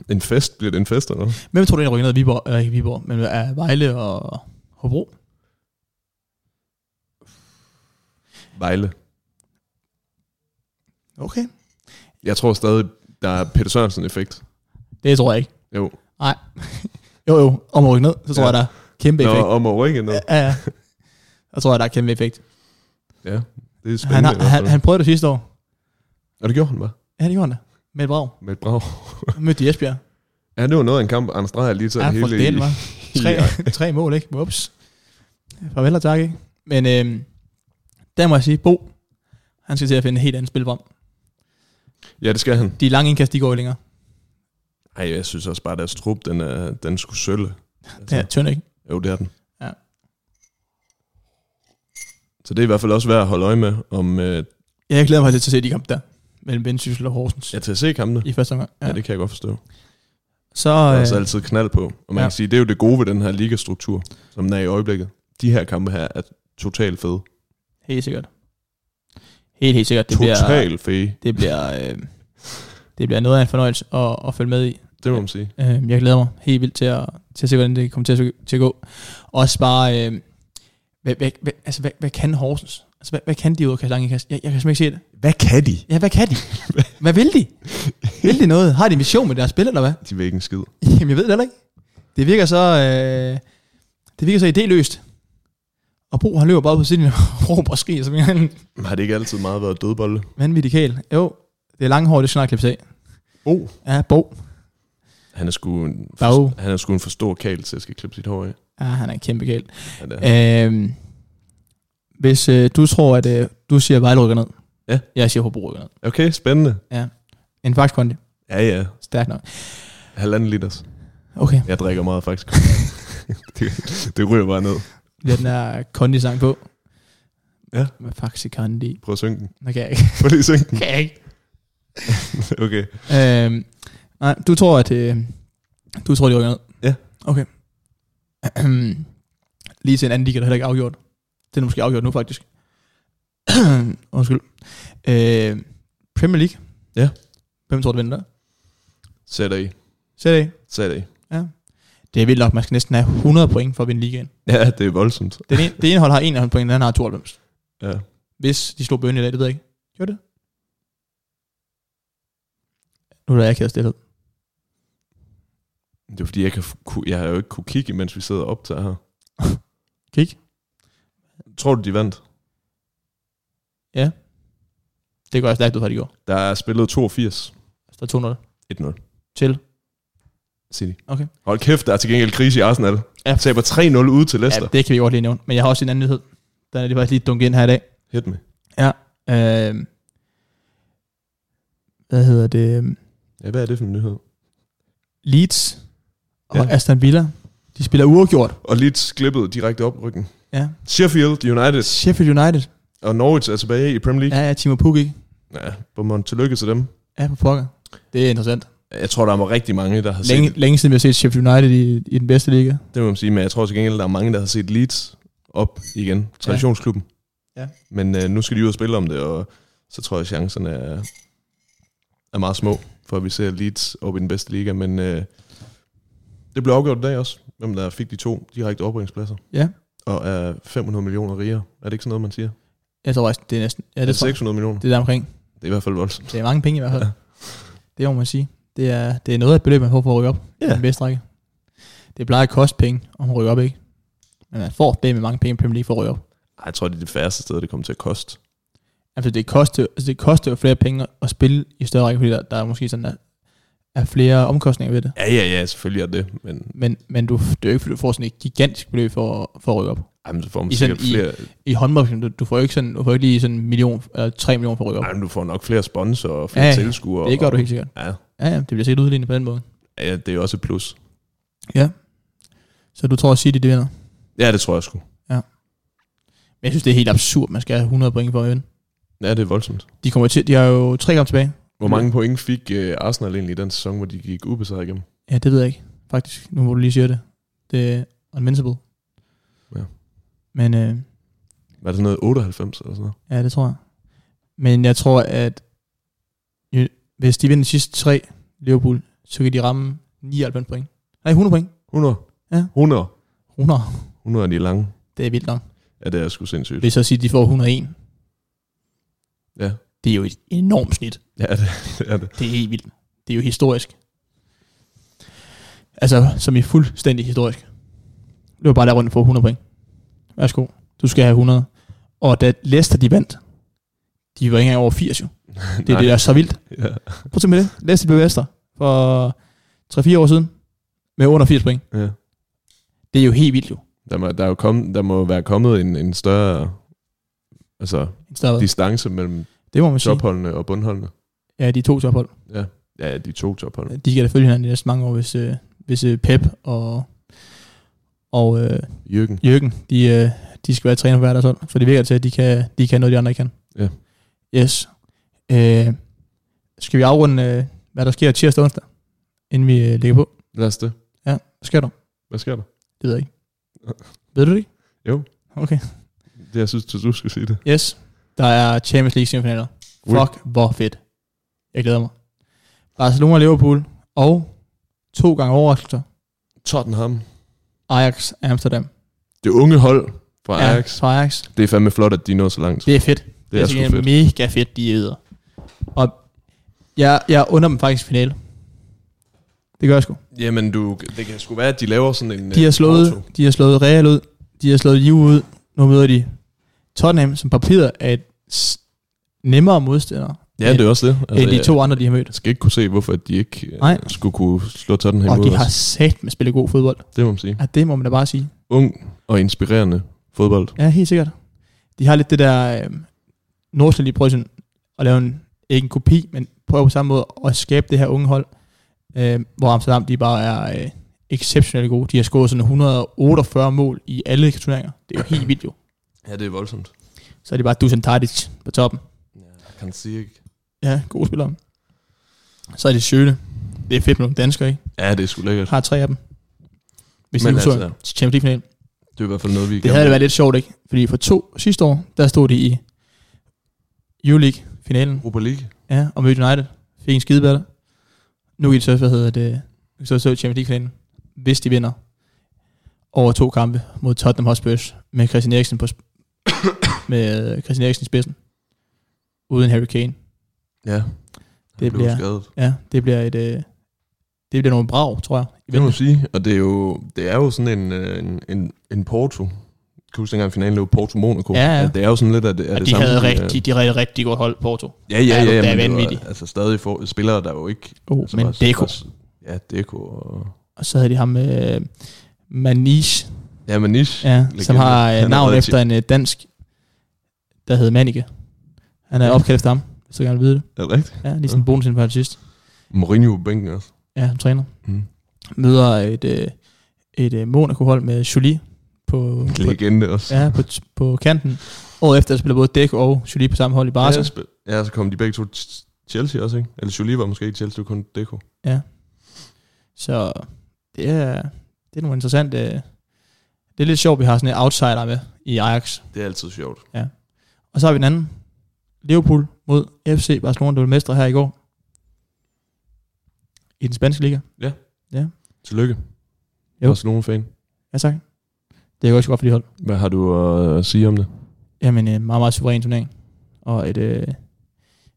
[SPEAKER 2] En fest, bliver det en fest eller noget?
[SPEAKER 1] Hvem tror du, der rykker ned? Viborg, eller ikke Viborg, men er Vejle og Hobro?
[SPEAKER 2] Vejle.
[SPEAKER 1] Okay.
[SPEAKER 2] Jeg tror stadig, der er Peter Sørensen-effekt.
[SPEAKER 1] Det tror jeg ikke.
[SPEAKER 2] Jo.
[SPEAKER 1] Jo, jo, om at rykke ned, så tror
[SPEAKER 2] Ja.
[SPEAKER 1] ja. jeg, der er kæmpe
[SPEAKER 2] Nå,
[SPEAKER 1] effekt.
[SPEAKER 2] om at rykke noget.
[SPEAKER 1] Ja, ja. Jeg tror, der er kæmpe effekt.
[SPEAKER 2] Ja, det er spændende.
[SPEAKER 1] Han, har,
[SPEAKER 2] i hvert fald.
[SPEAKER 1] han, han prøvede det sidste år.
[SPEAKER 2] Og det gjorde han bare.
[SPEAKER 1] Ja, det gjorde han da. Med
[SPEAKER 2] [laughs]
[SPEAKER 1] et brag.
[SPEAKER 2] Med et brag.
[SPEAKER 1] Mødte de Esbjerg.
[SPEAKER 2] Ja, det var noget af en kamp, Anders Dreyer lige tager
[SPEAKER 1] Ja, for
[SPEAKER 2] hele
[SPEAKER 1] det
[SPEAKER 2] [laughs]
[SPEAKER 1] var.
[SPEAKER 2] i-
[SPEAKER 1] Tre, [laughs] tre mål, ikke? Ups. Farvel og tak, ikke? Men øhm, der må jeg sige, Bo, han skal til at finde en helt anden spil frem.
[SPEAKER 2] Ja, det skal han.
[SPEAKER 1] De lange indkast, de går ikke længere.
[SPEAKER 2] Ej, jeg synes også bare, at deres trup, den er, den skulle sølle. Altså,
[SPEAKER 1] Ja, tynd, ikke?
[SPEAKER 2] Jo, det er den.
[SPEAKER 1] Ja.
[SPEAKER 2] Så det er i hvert fald også værd at holde øje med, om øh,
[SPEAKER 1] Jeg glæder mig lidt til at se de kamp der. Mellem Vendsyssel og Horsens.
[SPEAKER 2] jeg tager se kampene.
[SPEAKER 1] I første omgang.
[SPEAKER 2] Ja. ja, det kan jeg godt forstå.
[SPEAKER 1] Så,
[SPEAKER 2] Der er også
[SPEAKER 1] øh,
[SPEAKER 2] altid knald på. Og man
[SPEAKER 1] Ja.
[SPEAKER 2] ja. kan sige, det er jo det gode ved den her ligastruktur, som den er i øjeblikket. De her kampe her er totalt fede.
[SPEAKER 1] helt sikkert. Helt, helt sikkert. Det bliver,
[SPEAKER 2] Totalt fede,
[SPEAKER 1] det bliver, øh, det bliver noget af en fornøjelse at, at følge med i.
[SPEAKER 2] det må man sige.
[SPEAKER 1] Øh, jeg glæder mig helt vildt til at, til at se, hvordan det kommer til at, til at gå. Også bare, øh, hvad, hvad, hvad, altså, hvad, hvad kan Horsens? Altså, hvad, hvad kan de ud af Lange Kast? Jeg, jeg kan simpelthen ikke se det.
[SPEAKER 2] Hvad kan de?
[SPEAKER 1] Ja, hvad kan de? hvad vil de? Vil de noget? Har de en vision med deres spil, eller hvad? [laughs]
[SPEAKER 2] De vil ikke en skid.
[SPEAKER 1] Jamen, jeg ved det heller ikke. Det virker så, øh, det virker så idéløst. Og Bo, han løber bare ud på siden [laughs] og råber og skriger, som en
[SPEAKER 2] Men Har det ikke altid meget været dødbolde?
[SPEAKER 1] vanvittig kæl. Jo, det er langhårdt, det skal nok klippes af.
[SPEAKER 2] Oh.
[SPEAKER 1] Ja, Bo.
[SPEAKER 2] Han er sgu en,
[SPEAKER 1] Bau.
[SPEAKER 2] for, han er sgu en for stor kæl til at skal klippe sit hår af.
[SPEAKER 1] Ja, han er en kæmpe kæl.
[SPEAKER 2] Han er,
[SPEAKER 1] Øhm, hvis øh, du tror, at øh, du siger, at Vejle rykker ned.
[SPEAKER 2] Ja.
[SPEAKER 1] Jeg siger, at Hobro rykker ned.
[SPEAKER 2] Okay, spændende.
[SPEAKER 1] En faxkondi.
[SPEAKER 2] Ja, ja.
[SPEAKER 1] Stærkt nok.
[SPEAKER 2] Halvanden liters.
[SPEAKER 1] Okay,
[SPEAKER 2] Jeg drikker meget faktisk. [laughs] det, det ryger bare ned.
[SPEAKER 1] vi har den her kondi-sang på.
[SPEAKER 2] Ja.
[SPEAKER 1] Med faxi kondi.
[SPEAKER 2] Prøv at synge den.
[SPEAKER 1] Nå, kan jeg ikke. [laughs]
[SPEAKER 2] Prøv lige at synge den.
[SPEAKER 1] kan jeg ikke.
[SPEAKER 2] [laughs] Okay.
[SPEAKER 1] Øhm, nej, du tror, at øh, du tror, de rykker ned.
[SPEAKER 2] Ja.
[SPEAKER 1] Okay. [clears throat] Lige til en anden liga, der heller ikke er afgjort. Den er måske afgjort nu, faktisk. [clears throat] Undskyld. Øh, Premier League.
[SPEAKER 2] Ja.
[SPEAKER 1] Hvem tror du vinder der?
[SPEAKER 2] Sæt dig i.
[SPEAKER 1] Sæt af.
[SPEAKER 2] Sæt dig i.
[SPEAKER 1] Det er vildt nok, man skal næsten have 100 point for at vinde ligaen.
[SPEAKER 2] Ja, det er voldsomt.
[SPEAKER 1] Den ene, det ene hold har 91 point, den anden har 92.
[SPEAKER 2] Ja.
[SPEAKER 1] Hvis de slog bønne i dag, det ved jeg ikke. Gjorde det? Nu er der akavet stillet.
[SPEAKER 2] Det er fordi, jeg, kan, f- ku- jeg har jo ikke kunne kigge, mens vi sidder og optager her.
[SPEAKER 1] Kig.
[SPEAKER 2] Tror du, de vandt?
[SPEAKER 1] Det går jeg stærkt ud fra, de går. Altså,
[SPEAKER 2] Der er spillet 82.
[SPEAKER 1] Der er
[SPEAKER 2] 1-0.
[SPEAKER 1] 2-0 til.
[SPEAKER 2] City.
[SPEAKER 1] Okay.
[SPEAKER 2] Hold kæft, der er til gengæld krise i Arsenal.
[SPEAKER 1] Ja.
[SPEAKER 2] Taber 3-0 ude til
[SPEAKER 1] Ja,
[SPEAKER 2] Leicester.
[SPEAKER 1] det kan vi godt lige nævne. Men jeg har også en anden nyhed. Den er lige faktisk lige dunket ind her i dag.
[SPEAKER 2] Hit me.
[SPEAKER 1] Øh, hvad hedder det?
[SPEAKER 2] Ja, hvad er det for en nyhed?
[SPEAKER 1] Leeds og
[SPEAKER 2] Ja.
[SPEAKER 1] ja. Aston Villa. De spiller uafgjort.
[SPEAKER 2] Og Leeds glippede direkte op ryggen.
[SPEAKER 1] Ja.
[SPEAKER 2] Sheffield United
[SPEAKER 1] Sheffield United.
[SPEAKER 2] og Norwich er tilbage i Premier League.
[SPEAKER 1] Ja, ja, Timo Puk, ikke?
[SPEAKER 2] Ja, ja Beaumont, tillykke til dem.
[SPEAKER 1] Ja, på pokker. Det er interessant.
[SPEAKER 2] Jeg tror, der er rigtig mange, der har
[SPEAKER 1] Længe,
[SPEAKER 2] set
[SPEAKER 1] længe siden vi har set Sheffield United i, i den bedste liga.
[SPEAKER 2] Det må man sige, men jeg tror til gengæld, der er mange, der har set Leeds op igen. Traditionsklubben.
[SPEAKER 1] Ja.
[SPEAKER 2] Men øh, nu skal de ud og spille om det, og så tror jeg, at chancerne er, er meget små, for at vi ser Leeds op i den bedste liga. Men øh, det blev afgjort i dag også, hvem der fik de to direkte opbringspladser.
[SPEAKER 1] Ja.
[SPEAKER 2] Og er 500 millioner rigere. Er det ikke sådan noget, man siger?
[SPEAKER 1] Jeg tror faktisk, det er næsten... Ja,
[SPEAKER 2] Er
[SPEAKER 1] det,
[SPEAKER 2] det
[SPEAKER 1] tror jeg.
[SPEAKER 2] 600 millioner?
[SPEAKER 1] det er der omkring.
[SPEAKER 2] Det er i hvert fald voldsomt.
[SPEAKER 1] Det er mange penge i hvert fald.
[SPEAKER 2] Ja.
[SPEAKER 1] Ja. Det må man sige. Det er, det er noget af et beløb, man får for at rykke op ja. i
[SPEAKER 2] Ja.
[SPEAKER 1] den bedste række. Det plejer at koste penge, om man rykker op, ikke? Men man får det med mange penge i Premier League for at rykke op.
[SPEAKER 2] Ej, jeg tror, det er det færreste sted, det kommer til at koste.
[SPEAKER 1] Altså, det koster, altså, det koster jo flere penge at spille i større række, fordi der, der er måske sådan, der er flere omkostninger ved det.
[SPEAKER 2] Ja, ja, ja, selvfølgelig er det, men
[SPEAKER 1] Men, men du, det er jo ikke, fordi du får sådan et gigantisk beløb for, for at rykke op.
[SPEAKER 2] ej, men så får man
[SPEAKER 1] I sådan-
[SPEAKER 2] sikkert flere...
[SPEAKER 1] I håndbold, for eksempel, du, du får jo ikke, sådan, du får ikke lige sådan en million, eller tre millioner for at rykke op.
[SPEAKER 2] Ej, men du får nok flere sponsorer og flere
[SPEAKER 1] Ja,
[SPEAKER 2] ja,
[SPEAKER 1] ja.
[SPEAKER 2] tilskuere.
[SPEAKER 1] det gør
[SPEAKER 2] og-
[SPEAKER 1] du helt sikkert.
[SPEAKER 2] Ja,
[SPEAKER 1] Ja, ja, det bliver sikkert udlignet på den måde.
[SPEAKER 2] Ja, det er jo også et plus.
[SPEAKER 1] Så du tror, at City det vinder?
[SPEAKER 2] Ja, det tror jeg sgu.
[SPEAKER 1] Men jeg synes, det er helt absurd, man skal have 100 point for at vinde.
[SPEAKER 2] Ja, det er voldsomt.
[SPEAKER 1] De, kommer til, de har jo tre kampe tilbage.
[SPEAKER 2] Hvor mange point fik øh, Arsenal egentlig i den sæson, hvor de gik ubesejret igennem?
[SPEAKER 1] Ja, det ved jeg ikke, faktisk. Nu må du lige sige det. Det er Unvincible.
[SPEAKER 2] Ja.
[SPEAKER 1] Men øh,
[SPEAKER 2] Var det sådan noget 98 eller sådan noget?
[SPEAKER 1] ja, det tror jeg. Men jeg tror, at jo, hvis de vinder de sidste tre Liverpool, så kan de ramme 99 point. Nej, 100 point.
[SPEAKER 2] 100?
[SPEAKER 1] Ja.
[SPEAKER 2] 100?
[SPEAKER 1] 100.
[SPEAKER 2] 100 er de lange.
[SPEAKER 1] Det er vildt nok.
[SPEAKER 2] Ja, det er sgu sindssygt.
[SPEAKER 1] Hvis jeg siger, at de får 101,
[SPEAKER 2] Ja,
[SPEAKER 1] det er jo et enormt snit.
[SPEAKER 2] ja det, [laughs] det er det.
[SPEAKER 1] Det er helt vildt. Det er jo historisk. Altså, som i fuldstændig historisk. Det var bare der rundt for 100 point. Værsgo. Du skal have 100. Og da Leicester de vandt, de var ikke engang over 80 jo. Det er
[SPEAKER 2] Nej.
[SPEAKER 1] det, der er så vildt.
[SPEAKER 2] Ja.
[SPEAKER 1] Prøv at tænke med det. Leicester blev Leicester for 3-4 år siden med under 80 point.
[SPEAKER 2] ja.
[SPEAKER 1] Det er jo helt vildt jo.
[SPEAKER 2] Der, må, der, er jo kommet, der må være kommet en, en større altså,
[SPEAKER 1] En større-
[SPEAKER 2] distance mellem
[SPEAKER 1] Det må man sige.
[SPEAKER 2] topholdene og bundholdene.
[SPEAKER 1] Ja, de to tophold.
[SPEAKER 2] Ja, ja de to topholdene.
[SPEAKER 1] De skal da følge hinanden de næste mange år, hvis, øh, hvis øh, Pep og, og øh,
[SPEAKER 2] Jørgen.
[SPEAKER 1] Jørgen, de, øh, de skal være træner for hver deres hold, for det virker til, at de kan, de kan noget, de andre ikke kan.
[SPEAKER 2] Ja.
[SPEAKER 1] Yes. Øh, skal vi afrunde, øh, hvad der sker tirsdag og onsdag, inden vi øh, lægger på?
[SPEAKER 2] Lad os det.
[SPEAKER 1] Ja, hvad sker der?
[SPEAKER 2] Hvad sker der?
[SPEAKER 1] Det ved jeg
[SPEAKER 2] [laughs]
[SPEAKER 1] ikke. ved du det ikke?
[SPEAKER 2] Jo.
[SPEAKER 1] Okay.
[SPEAKER 2] Det, jeg synes, du skulle sige det.
[SPEAKER 1] Yes. Der er Champions League semifinaler.
[SPEAKER 2] Ui.
[SPEAKER 1] Fuck, hvor fedt. Jeg glæder mig. Barcelona og Liverpool, og to gange overraskelser,
[SPEAKER 2] Tottenham.
[SPEAKER 1] Ajax Amsterdam.
[SPEAKER 2] Det unge hold fra ja. Ajax.
[SPEAKER 1] Ja, Ajax.
[SPEAKER 2] Det er fandme flot, at de nåede så langt. Det,
[SPEAKER 1] Det er fedt.
[SPEAKER 2] det er
[SPEAKER 1] til
[SPEAKER 2] sgu
[SPEAKER 1] gengæld
[SPEAKER 2] fedt.
[SPEAKER 1] mega fedt, de yder. Og jeg, jeg under dem faktisk i finale. Det gør jeg sgu.
[SPEAKER 2] Jamen, du, det kan sgu være, at de laver sådan en...
[SPEAKER 1] De
[SPEAKER 2] øh,
[SPEAKER 1] har slået,
[SPEAKER 2] Porto.
[SPEAKER 1] de har slået Real ud. De har slået Juve ud. Nu møder de Tottenham, som papiret er et s- nemmere modstander,
[SPEAKER 2] Ja, det er også det. Altså,
[SPEAKER 1] end de to andre, de har mødt.
[SPEAKER 2] Jeg skal ikke kunne se, hvorfor de ikke øh,
[SPEAKER 1] Nej.
[SPEAKER 2] skulle kunne slå Tottenham
[SPEAKER 1] Og
[SPEAKER 2] ud.
[SPEAKER 1] de har
[SPEAKER 2] også.
[SPEAKER 1] sat med spillet god fodbold.
[SPEAKER 2] Det må man sige.
[SPEAKER 1] Ja, det må man da bare sige.
[SPEAKER 2] Ung og inspirerende fodbold.
[SPEAKER 1] Ja, helt sikkert. De har lidt det der øh, Nordsjælland i Preussen, at lave en, ikke en kopi, men prøve på samme måde at skabe det her unge hold, øh, hvor Amsterdam de bare er øh, exceptionelt gode. De har scoret sådan 148 mål i alle turneringer. Det er jo helt vildt jo.
[SPEAKER 2] Ja, det er voldsomt.
[SPEAKER 1] Så er det bare Dusan Tadic på toppen.
[SPEAKER 2] Ja, kan sige ikke.
[SPEAKER 1] Ja, gode spillere. Så er det Sjøle. Det er fedt med nogle danskere, ikke?
[SPEAKER 2] Ja, det er sgu lækkert.
[SPEAKER 1] Har tre af dem. Hvis
[SPEAKER 2] Men
[SPEAKER 1] de nu så
[SPEAKER 2] altså-
[SPEAKER 1] altså, Champions League-finalen.
[SPEAKER 2] Det er i hvert fald noget, vi
[SPEAKER 1] Det havde da været lidt sjovt, ikke? Fordi for to sidste år, der stod de i U-League-finalen.
[SPEAKER 2] Europa League.
[SPEAKER 1] Ja, og mødte United. Fik en skideballe. Nu gik det så, hvad hedder det, nu så så Champions League-finalen, hvis de vinder over to kampe mod Tottenham Hotspurs med Christian Eriksen på sp- [coughs] med øh, Christian Eriksen i spidsen. Uden Harry Kane.
[SPEAKER 2] Ja.
[SPEAKER 1] Det
[SPEAKER 2] Det blev
[SPEAKER 1] bliver-
[SPEAKER 2] skadet.
[SPEAKER 1] Ja, det bliver et øh, det bliver nogle brag, tror jeg. i
[SPEAKER 2] Det må man
[SPEAKER 1] vente.
[SPEAKER 2] sige. Og det er jo, det er jo sådan en, øh, en, en, en Porto. Jeg kan huske, dengang finalen lå Porto Monaco.
[SPEAKER 1] Ja, ja.
[SPEAKER 2] Og Det er jo sådan lidt, at det, er
[SPEAKER 1] Og
[SPEAKER 2] det
[SPEAKER 1] de
[SPEAKER 2] samme.
[SPEAKER 1] havde
[SPEAKER 2] som, øh,
[SPEAKER 1] rigtig, de havde et rigtig godt hold, Porto.
[SPEAKER 2] Ja, ja,
[SPEAKER 1] Ja,
[SPEAKER 2] ja.
[SPEAKER 1] det
[SPEAKER 2] ja
[SPEAKER 1] er
[SPEAKER 2] men det var,
[SPEAKER 1] vanvittigt.
[SPEAKER 2] altså stadig for, spillere, der jo ikke...
[SPEAKER 1] Oh,
[SPEAKER 2] Altså,
[SPEAKER 1] men
[SPEAKER 2] var-
[SPEAKER 1] Deco.
[SPEAKER 2] var- Ja, Deco. Og,
[SPEAKER 1] Og så havde de ham med øh, Manish,
[SPEAKER 2] ja, men Nish.
[SPEAKER 1] Ja,
[SPEAKER 2] Legende.
[SPEAKER 1] som har
[SPEAKER 2] Han er
[SPEAKER 1] øh, navn
[SPEAKER 2] rigtig-
[SPEAKER 1] efter en øh, dansk, der hedder Manike. Han er
[SPEAKER 2] Ja.
[SPEAKER 1] opkaldt efter ham, hvis du gerne vil vide det.
[SPEAKER 2] Er det rigtigt?
[SPEAKER 1] Ja, lige sådan en bonus inden for hans sidst.
[SPEAKER 2] Mourinho på bænken også.
[SPEAKER 1] Ja, som træner.
[SPEAKER 2] Mm.
[SPEAKER 1] Møder et, øh, et øh, Monaco-hold med Jolie på, på,
[SPEAKER 2] Legende også.
[SPEAKER 1] ja, på, på kanten. Året efter spiller både Dæk og Jolie på samme hold i Barca.
[SPEAKER 2] Ja, spil- ja, så kom de begge to til Chelsea også, ikke? Eller Jolie var måske ikke Chelsea, det var kun Deco.
[SPEAKER 1] Så det er, det er nogle interessante... Øh, det er lidt sjovt, vi har sådan en outsider med i Ajax.
[SPEAKER 2] Det er altid sjovt.
[SPEAKER 1] Og så har vi den anden. Liverpool mod FC Barcelona, der blev mestre her i går. I den spanske liga.
[SPEAKER 2] Tillykke.
[SPEAKER 1] Jo.
[SPEAKER 2] Barcelona-fan.
[SPEAKER 1] Ja tak. Det er også godt for de hold.
[SPEAKER 2] Hvad har du at sige om det?
[SPEAKER 1] Jamen, øh, meget, meget suveræn turnering. Og et øh,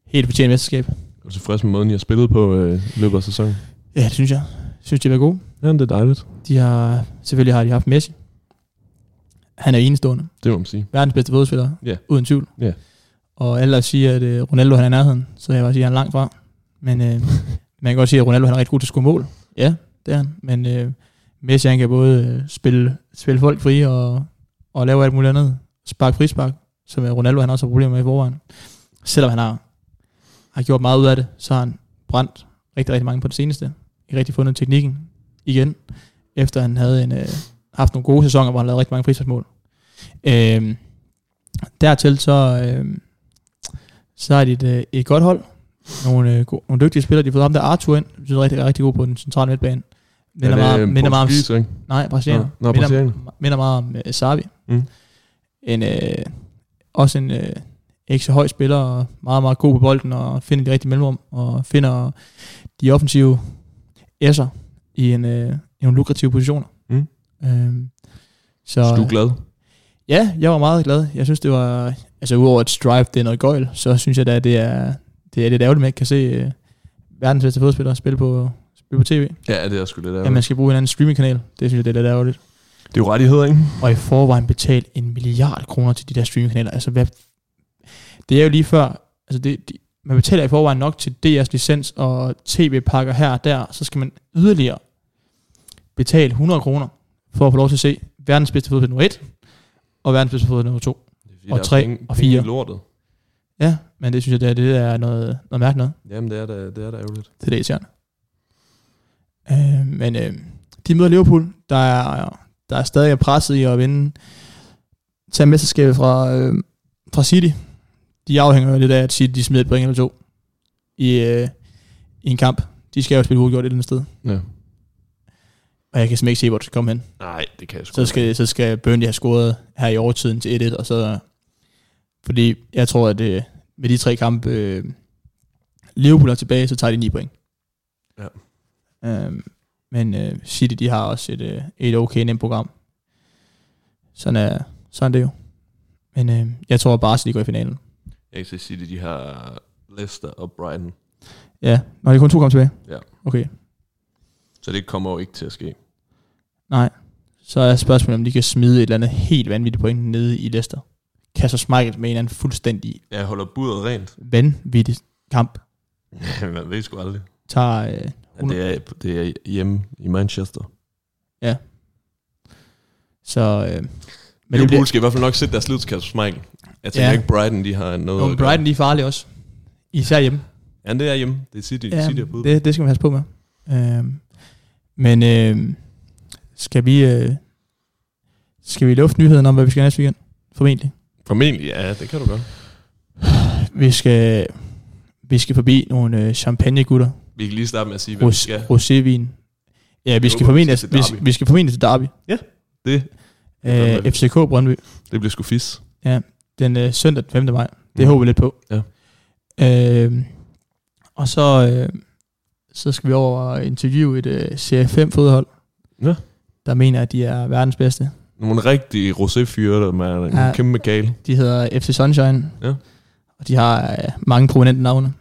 [SPEAKER 1] helt fortjent mesterskab.
[SPEAKER 2] Er du tilfreds med måden, I har spillet på øh, i løbet af sæsonen?
[SPEAKER 1] Ja, det synes jeg. Synes, de har været gode.
[SPEAKER 2] Ja, det er dejligt.
[SPEAKER 1] De har, selvfølgelig har de haft Messi. Han er enestående.
[SPEAKER 2] Det må man sige.
[SPEAKER 1] Verdens bedste fodboldspiller.
[SPEAKER 2] Ja.
[SPEAKER 1] Uden tvivl.
[SPEAKER 2] Ja.
[SPEAKER 1] Og alle der siger, at øh, Ronaldo han er i nærheden, så jeg bare sige, at han er langt fra. Men
[SPEAKER 2] [laughs]
[SPEAKER 1] øh, man kan godt sige, at Ronaldo han er rigtig god til at score mål. Ja, det er han. Men øh, Messi han kan både øh, spille, spille folk fri og, og lave alt muligt andet. Spark frispark, som øh, Ronaldo han også har problemer med i forvejen. Selvom han har, har gjort meget ud af det, så har han brændt rigtig, rigtig mange på det seneste. Ikke rigtig fundet teknikken igen, efter han havde en, øh, haft nogle gode sæsoner, hvor han lavede rigtig mange frisparksmål. Øh, dertil så, øh, så er de et, øh, et godt hold. Nogle, øh, gode, nogle dygtige spillere. De har fået ham der Arthur ind. Jeg synes, han er rigtig, rigtig god på den centrale midtbane. Minder meget, minder meget om...
[SPEAKER 2] portugiser, ikke?
[SPEAKER 1] Nej, brasilianer.
[SPEAKER 2] Nå, nå,
[SPEAKER 1] minder,
[SPEAKER 2] brasilianer.
[SPEAKER 1] minder meget om uh, Sabi.
[SPEAKER 2] Mm.
[SPEAKER 1] En, øh, også en øh, ikke så høj spiller, og meget, meget god på bolden, og finder de rigtige mellemrum, og finder de offensive S'er i en, øh, i nogle lukrative positioner.
[SPEAKER 2] Mm.
[SPEAKER 1] Øhm, så,
[SPEAKER 2] Så du er glad.
[SPEAKER 1] Ja, jeg var meget glad. Jeg synes, det var... Altså, udover at Stripe, det er noget gøjl, så synes jeg da, det er, det er lidt ærgerligt, at man ikke kan se øh, verdens bedste fodspillere spille på, spille på tv.
[SPEAKER 2] Ja, det er sgu lidt
[SPEAKER 1] Ja,
[SPEAKER 2] af.
[SPEAKER 1] at man skal bruge en anden streamingkanal. Det synes jeg, det er lidt ærgerligt.
[SPEAKER 2] Det er jo rettigheder, ikke?
[SPEAKER 1] Og i forvejen betalt en milliard kroner til de der streamingkanaler. Altså, hvad... Det er jo lige før... Altså, det, de, man betaler i forvejen nok til DR's licens og tv-pakker her og der. Så skal man yderligere betale 100 kroner for at få lov til at se verdens bedste fodbold nummer 1 og verdens bedste fodbold nummer 2.
[SPEAKER 2] Det er fordi,
[SPEAKER 1] Og
[SPEAKER 2] der er
[SPEAKER 1] tre,
[SPEAKER 2] penge-
[SPEAKER 1] og
[SPEAKER 2] penge i
[SPEAKER 1] fire.
[SPEAKER 2] lortet.
[SPEAKER 1] Ja, men det synes jeg, det er, det er noget, noget mærkeligt noget
[SPEAKER 2] Jamen, det er da, det er da ærgerligt.
[SPEAKER 1] til det irriterende. Øh, men øh, de møder Liverpool, der er, der er stadig presset i at vinde, tage mesterskabet fra, øh, fra City. De afhænger jo lidt af, at City de smider et point eller to i, øh, i en kamp. De skal jo spille uafgjort et eller andet sted,
[SPEAKER 2] Ja.
[SPEAKER 1] og jeg kan simpelthen ikke se, hvor det skal komme hen.
[SPEAKER 2] Nej, det kan jeg sgu
[SPEAKER 1] Så skal, så skal Burnley have scoret her i overtiden til 1-1, og så... Fordi jeg tror, at øh, med de tre kampe, øh, Liverpool er tilbage, så tager de 9 point.
[SPEAKER 2] Ja.
[SPEAKER 1] Øhm, men øh, City, de har også et, øh, et okay nemt program. Sådan er, sådan er det jo. Men øh, jeg tror bare, at de går i finalen.
[SPEAKER 2] Jeg kan så sige, at de har Leicester og Brighton.
[SPEAKER 1] Ja, når de kun to kampe tilbage.
[SPEAKER 2] Ja.
[SPEAKER 1] Okay.
[SPEAKER 2] Så det kommer jo ikke til at ske.
[SPEAKER 1] Nej. Så er spørgsmålet, om de kan smide et eller andet helt vanvittigt point nede i Leicester. Kasser Schmeichel med en eller anden fuldstændig
[SPEAKER 2] Jeg holder budet rent. [laughs]
[SPEAKER 1] vanvittig kamp.
[SPEAKER 2] Man ved sgu aldrig.
[SPEAKER 1] tager... Øh,
[SPEAKER 2] Ja, det, er, det er hjemme i Manchester.
[SPEAKER 1] så, øh,
[SPEAKER 2] Men
[SPEAKER 1] men det
[SPEAKER 2] Liverpool
[SPEAKER 1] bliver,
[SPEAKER 2] skal i hvert fald nok sætte deres slutskab hos Michael. Jeg tænker
[SPEAKER 1] Ja.
[SPEAKER 2] ja. ikke, Brighton de har noget
[SPEAKER 1] jo,
[SPEAKER 2] at gøre.
[SPEAKER 1] Brighton de er farlige også. Især hjemme.
[SPEAKER 2] Ja, det er hjemme. Det er City, ja, City er på.
[SPEAKER 1] det, det skal man passe på med. Øh, men øh, skal vi... Øh, skal vi lufte nyheden om, hvad vi skal næste weekend? Formentlig.
[SPEAKER 2] Formentlig, ja, det kan du godt.
[SPEAKER 1] Vi skal, vi skal forbi nogle øh, champagnegutter.
[SPEAKER 2] Vi kan lige starte med at sige, hvad vi
[SPEAKER 1] Ros,
[SPEAKER 2] skal.
[SPEAKER 1] rosévin. Ja, vi
[SPEAKER 2] Jeg
[SPEAKER 1] skal,
[SPEAKER 2] håber,
[SPEAKER 1] formentlig,
[SPEAKER 2] vi skal til
[SPEAKER 1] vi,
[SPEAKER 2] Derby.
[SPEAKER 1] vi skal formentlig til Derby.
[SPEAKER 2] Det, fandme
[SPEAKER 1] Øh,
[SPEAKER 2] vildt.
[SPEAKER 1] FCK Brøndby.
[SPEAKER 2] det bliver sgu fis.
[SPEAKER 1] den øh, søndag den 5. maj. Det
[SPEAKER 2] Mm.
[SPEAKER 1] håber vi lidt på.
[SPEAKER 2] Ja.
[SPEAKER 1] Øh, og så, øh, så skal vi over og interviewe et øh, Serie 5 fodhold,
[SPEAKER 2] Ja.
[SPEAKER 1] der mener, at de er verdens bedste.
[SPEAKER 2] Nogle rigtige roséfyre, der med en
[SPEAKER 1] Ja.
[SPEAKER 2] ja. kæmpe gale.
[SPEAKER 1] De hedder FC Sunshine.
[SPEAKER 2] Ja.
[SPEAKER 1] Og de har øh, mange prominente navne.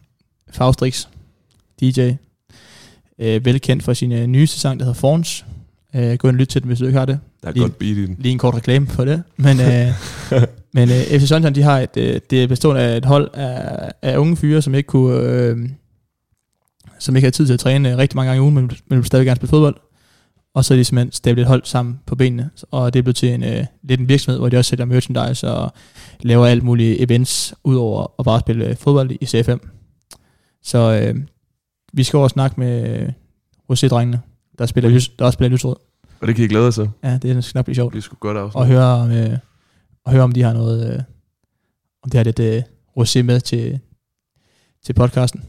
[SPEAKER 1] Faustrix, DJ, øh, velkendt for sin øh, nyeste sang, der hedder Forns. Øh, gå ind og lyt til den, hvis du ikke har det.
[SPEAKER 2] Der er
[SPEAKER 1] Lige-
[SPEAKER 2] godt beat i den.
[SPEAKER 1] Lige en kort reklame for det. Men, øh, men øh, FC Sunshine, de har et, øh, det er bestående af et hold af, af unge fyre, som ikke kunne... Øh, som ikke havde tid til at træne øh, rigtig mange gange i ugen, men, men ville stadig gerne spille fodbold. Og så er de simpelthen stablet et hold sammen på benene, og det er blevet til en, øh, lidt en virksomhed, hvor de også sælger merchandise og laver alt mulige events, udover at bare spille øh, fodbold i CFM. Så øh, vi skal over og snakke med øh, Rosé-drengene, der, spiller, lys- der også spiller lysrød.
[SPEAKER 2] Og det kan I glæde jer til.
[SPEAKER 1] Ja, det skal nok blive sjovt
[SPEAKER 2] Det er sgu godt afsnit.
[SPEAKER 1] og høre, om, øh, og høre om de har noget, øh, om de har lidt øh, rosé med til, til podcasten.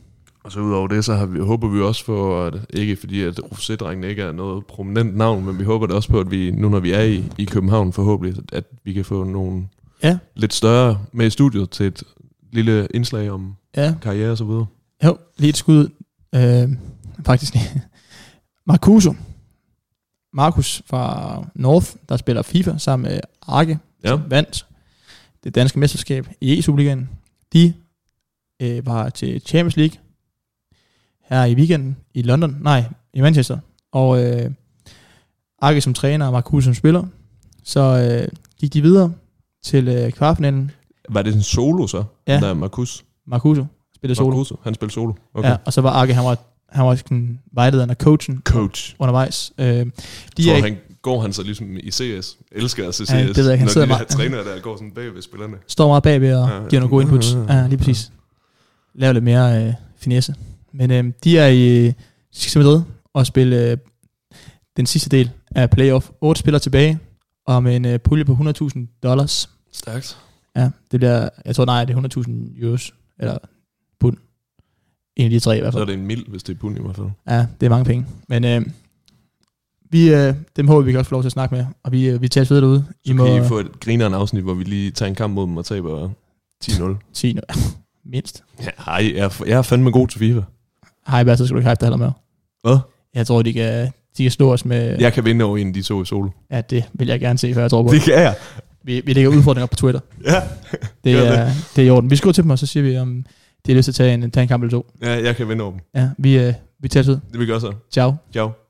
[SPEAKER 2] Og så udover det, så har vi, håber vi også på, at ikke fordi at rosédrengene ikke er noget prominent navn, men vi håber da også på, at vi, nu når vi er i, i København forhåbentlig, at vi kan få nogle
[SPEAKER 1] Ja.
[SPEAKER 2] lidt større med i studiet til et lille indslag om
[SPEAKER 1] Ja,
[SPEAKER 2] karriere og så videre.
[SPEAKER 1] jo, lige et skud. Øh, faktisk [laughs] Marcuso. Markus fra North, der spiller FIFA sammen med Arke,
[SPEAKER 2] Ja.
[SPEAKER 1] som vandt det danske mesterskab i e Superligaen. De øh, var til Champions League her i weekenden i London, nej, i Manchester. Og øh, Arke som træner og Markus som spiller. Så øh, gik de videre til øh, kvartfinalen.
[SPEAKER 2] Var det en solo så?
[SPEAKER 1] Ja.
[SPEAKER 2] Der Marcus.
[SPEAKER 1] Marcuso spillede solo.
[SPEAKER 2] Marcus, han spillede solo. Okay.
[SPEAKER 1] Okay. Ja, og så var Arke, han var, han var sådan vejlederen og coachen
[SPEAKER 2] Coach.
[SPEAKER 1] undervejs. Øh, de er
[SPEAKER 2] Tror
[SPEAKER 1] ikke-
[SPEAKER 2] han, går han så ligesom i CS? Elsker at se CS,
[SPEAKER 1] Ja, det ved jeg ikke. Han
[SPEAKER 2] når
[SPEAKER 1] sidder
[SPEAKER 2] de der
[SPEAKER 1] meget-
[SPEAKER 2] træner der går sådan bag ved spillerne.
[SPEAKER 1] står meget bagved og
[SPEAKER 2] Ja, ja.
[SPEAKER 1] giver nogle gode inputs. Ja, lige præcis. Laver lidt mere øh, finesse. Men øh, de er i de skal simpelthen ned og spille øh, den sidste del af playoff. 8 spillere tilbage, og med en øh, pulje på 100.000 dollars.
[SPEAKER 2] Stærkt.
[SPEAKER 1] Ja, det bliver, jeg tror nej, det er 100.000 euros, eller pund. En af de tre i hvert
[SPEAKER 2] Så
[SPEAKER 1] fald.
[SPEAKER 2] er det en mild, hvis det er pund i hvert fald.
[SPEAKER 1] Ja, det er mange penge. Men øh, Vi, øh, dem håber vi, vi kan også få lov til at snakke med, og vi, øh, vi tager os ved derude. I
[SPEAKER 2] Så
[SPEAKER 1] må øh,
[SPEAKER 2] kan I få et grineren afsnit, hvor vi lige tager en kamp mod dem og taber 10-0.
[SPEAKER 1] 10 nu. [laughs] Mindst.
[SPEAKER 2] Ja, ej, jeg er, jeg er fandme god til FIFA.
[SPEAKER 1] Hej, så skal du ikke hype dig heller med.
[SPEAKER 2] Hvad?
[SPEAKER 1] Jeg tror, de kan, de kan slå os med, ja.
[SPEAKER 2] Jeg kan vinde over en af de to i solo.
[SPEAKER 1] at det vil jeg gerne se, før jeg tror på
[SPEAKER 2] Det
[SPEAKER 1] det.
[SPEAKER 2] kan jeg.
[SPEAKER 1] Vi, vi lægger udfordringer op på
[SPEAKER 2] [laughs]
[SPEAKER 1] Twitter.
[SPEAKER 2] Ja.
[SPEAKER 1] Det
[SPEAKER 2] Gør det.
[SPEAKER 1] er, det er i orden. Vi skriver til dem, og så siger vi, om de har lyst til at tage en, tage en kamp eller to.
[SPEAKER 2] ja, jeg kan vinde over dem.
[SPEAKER 1] Ja, vi, øh, vi tager os ud.
[SPEAKER 2] Det vil gøre så.
[SPEAKER 1] Ciao.
[SPEAKER 2] Ciao.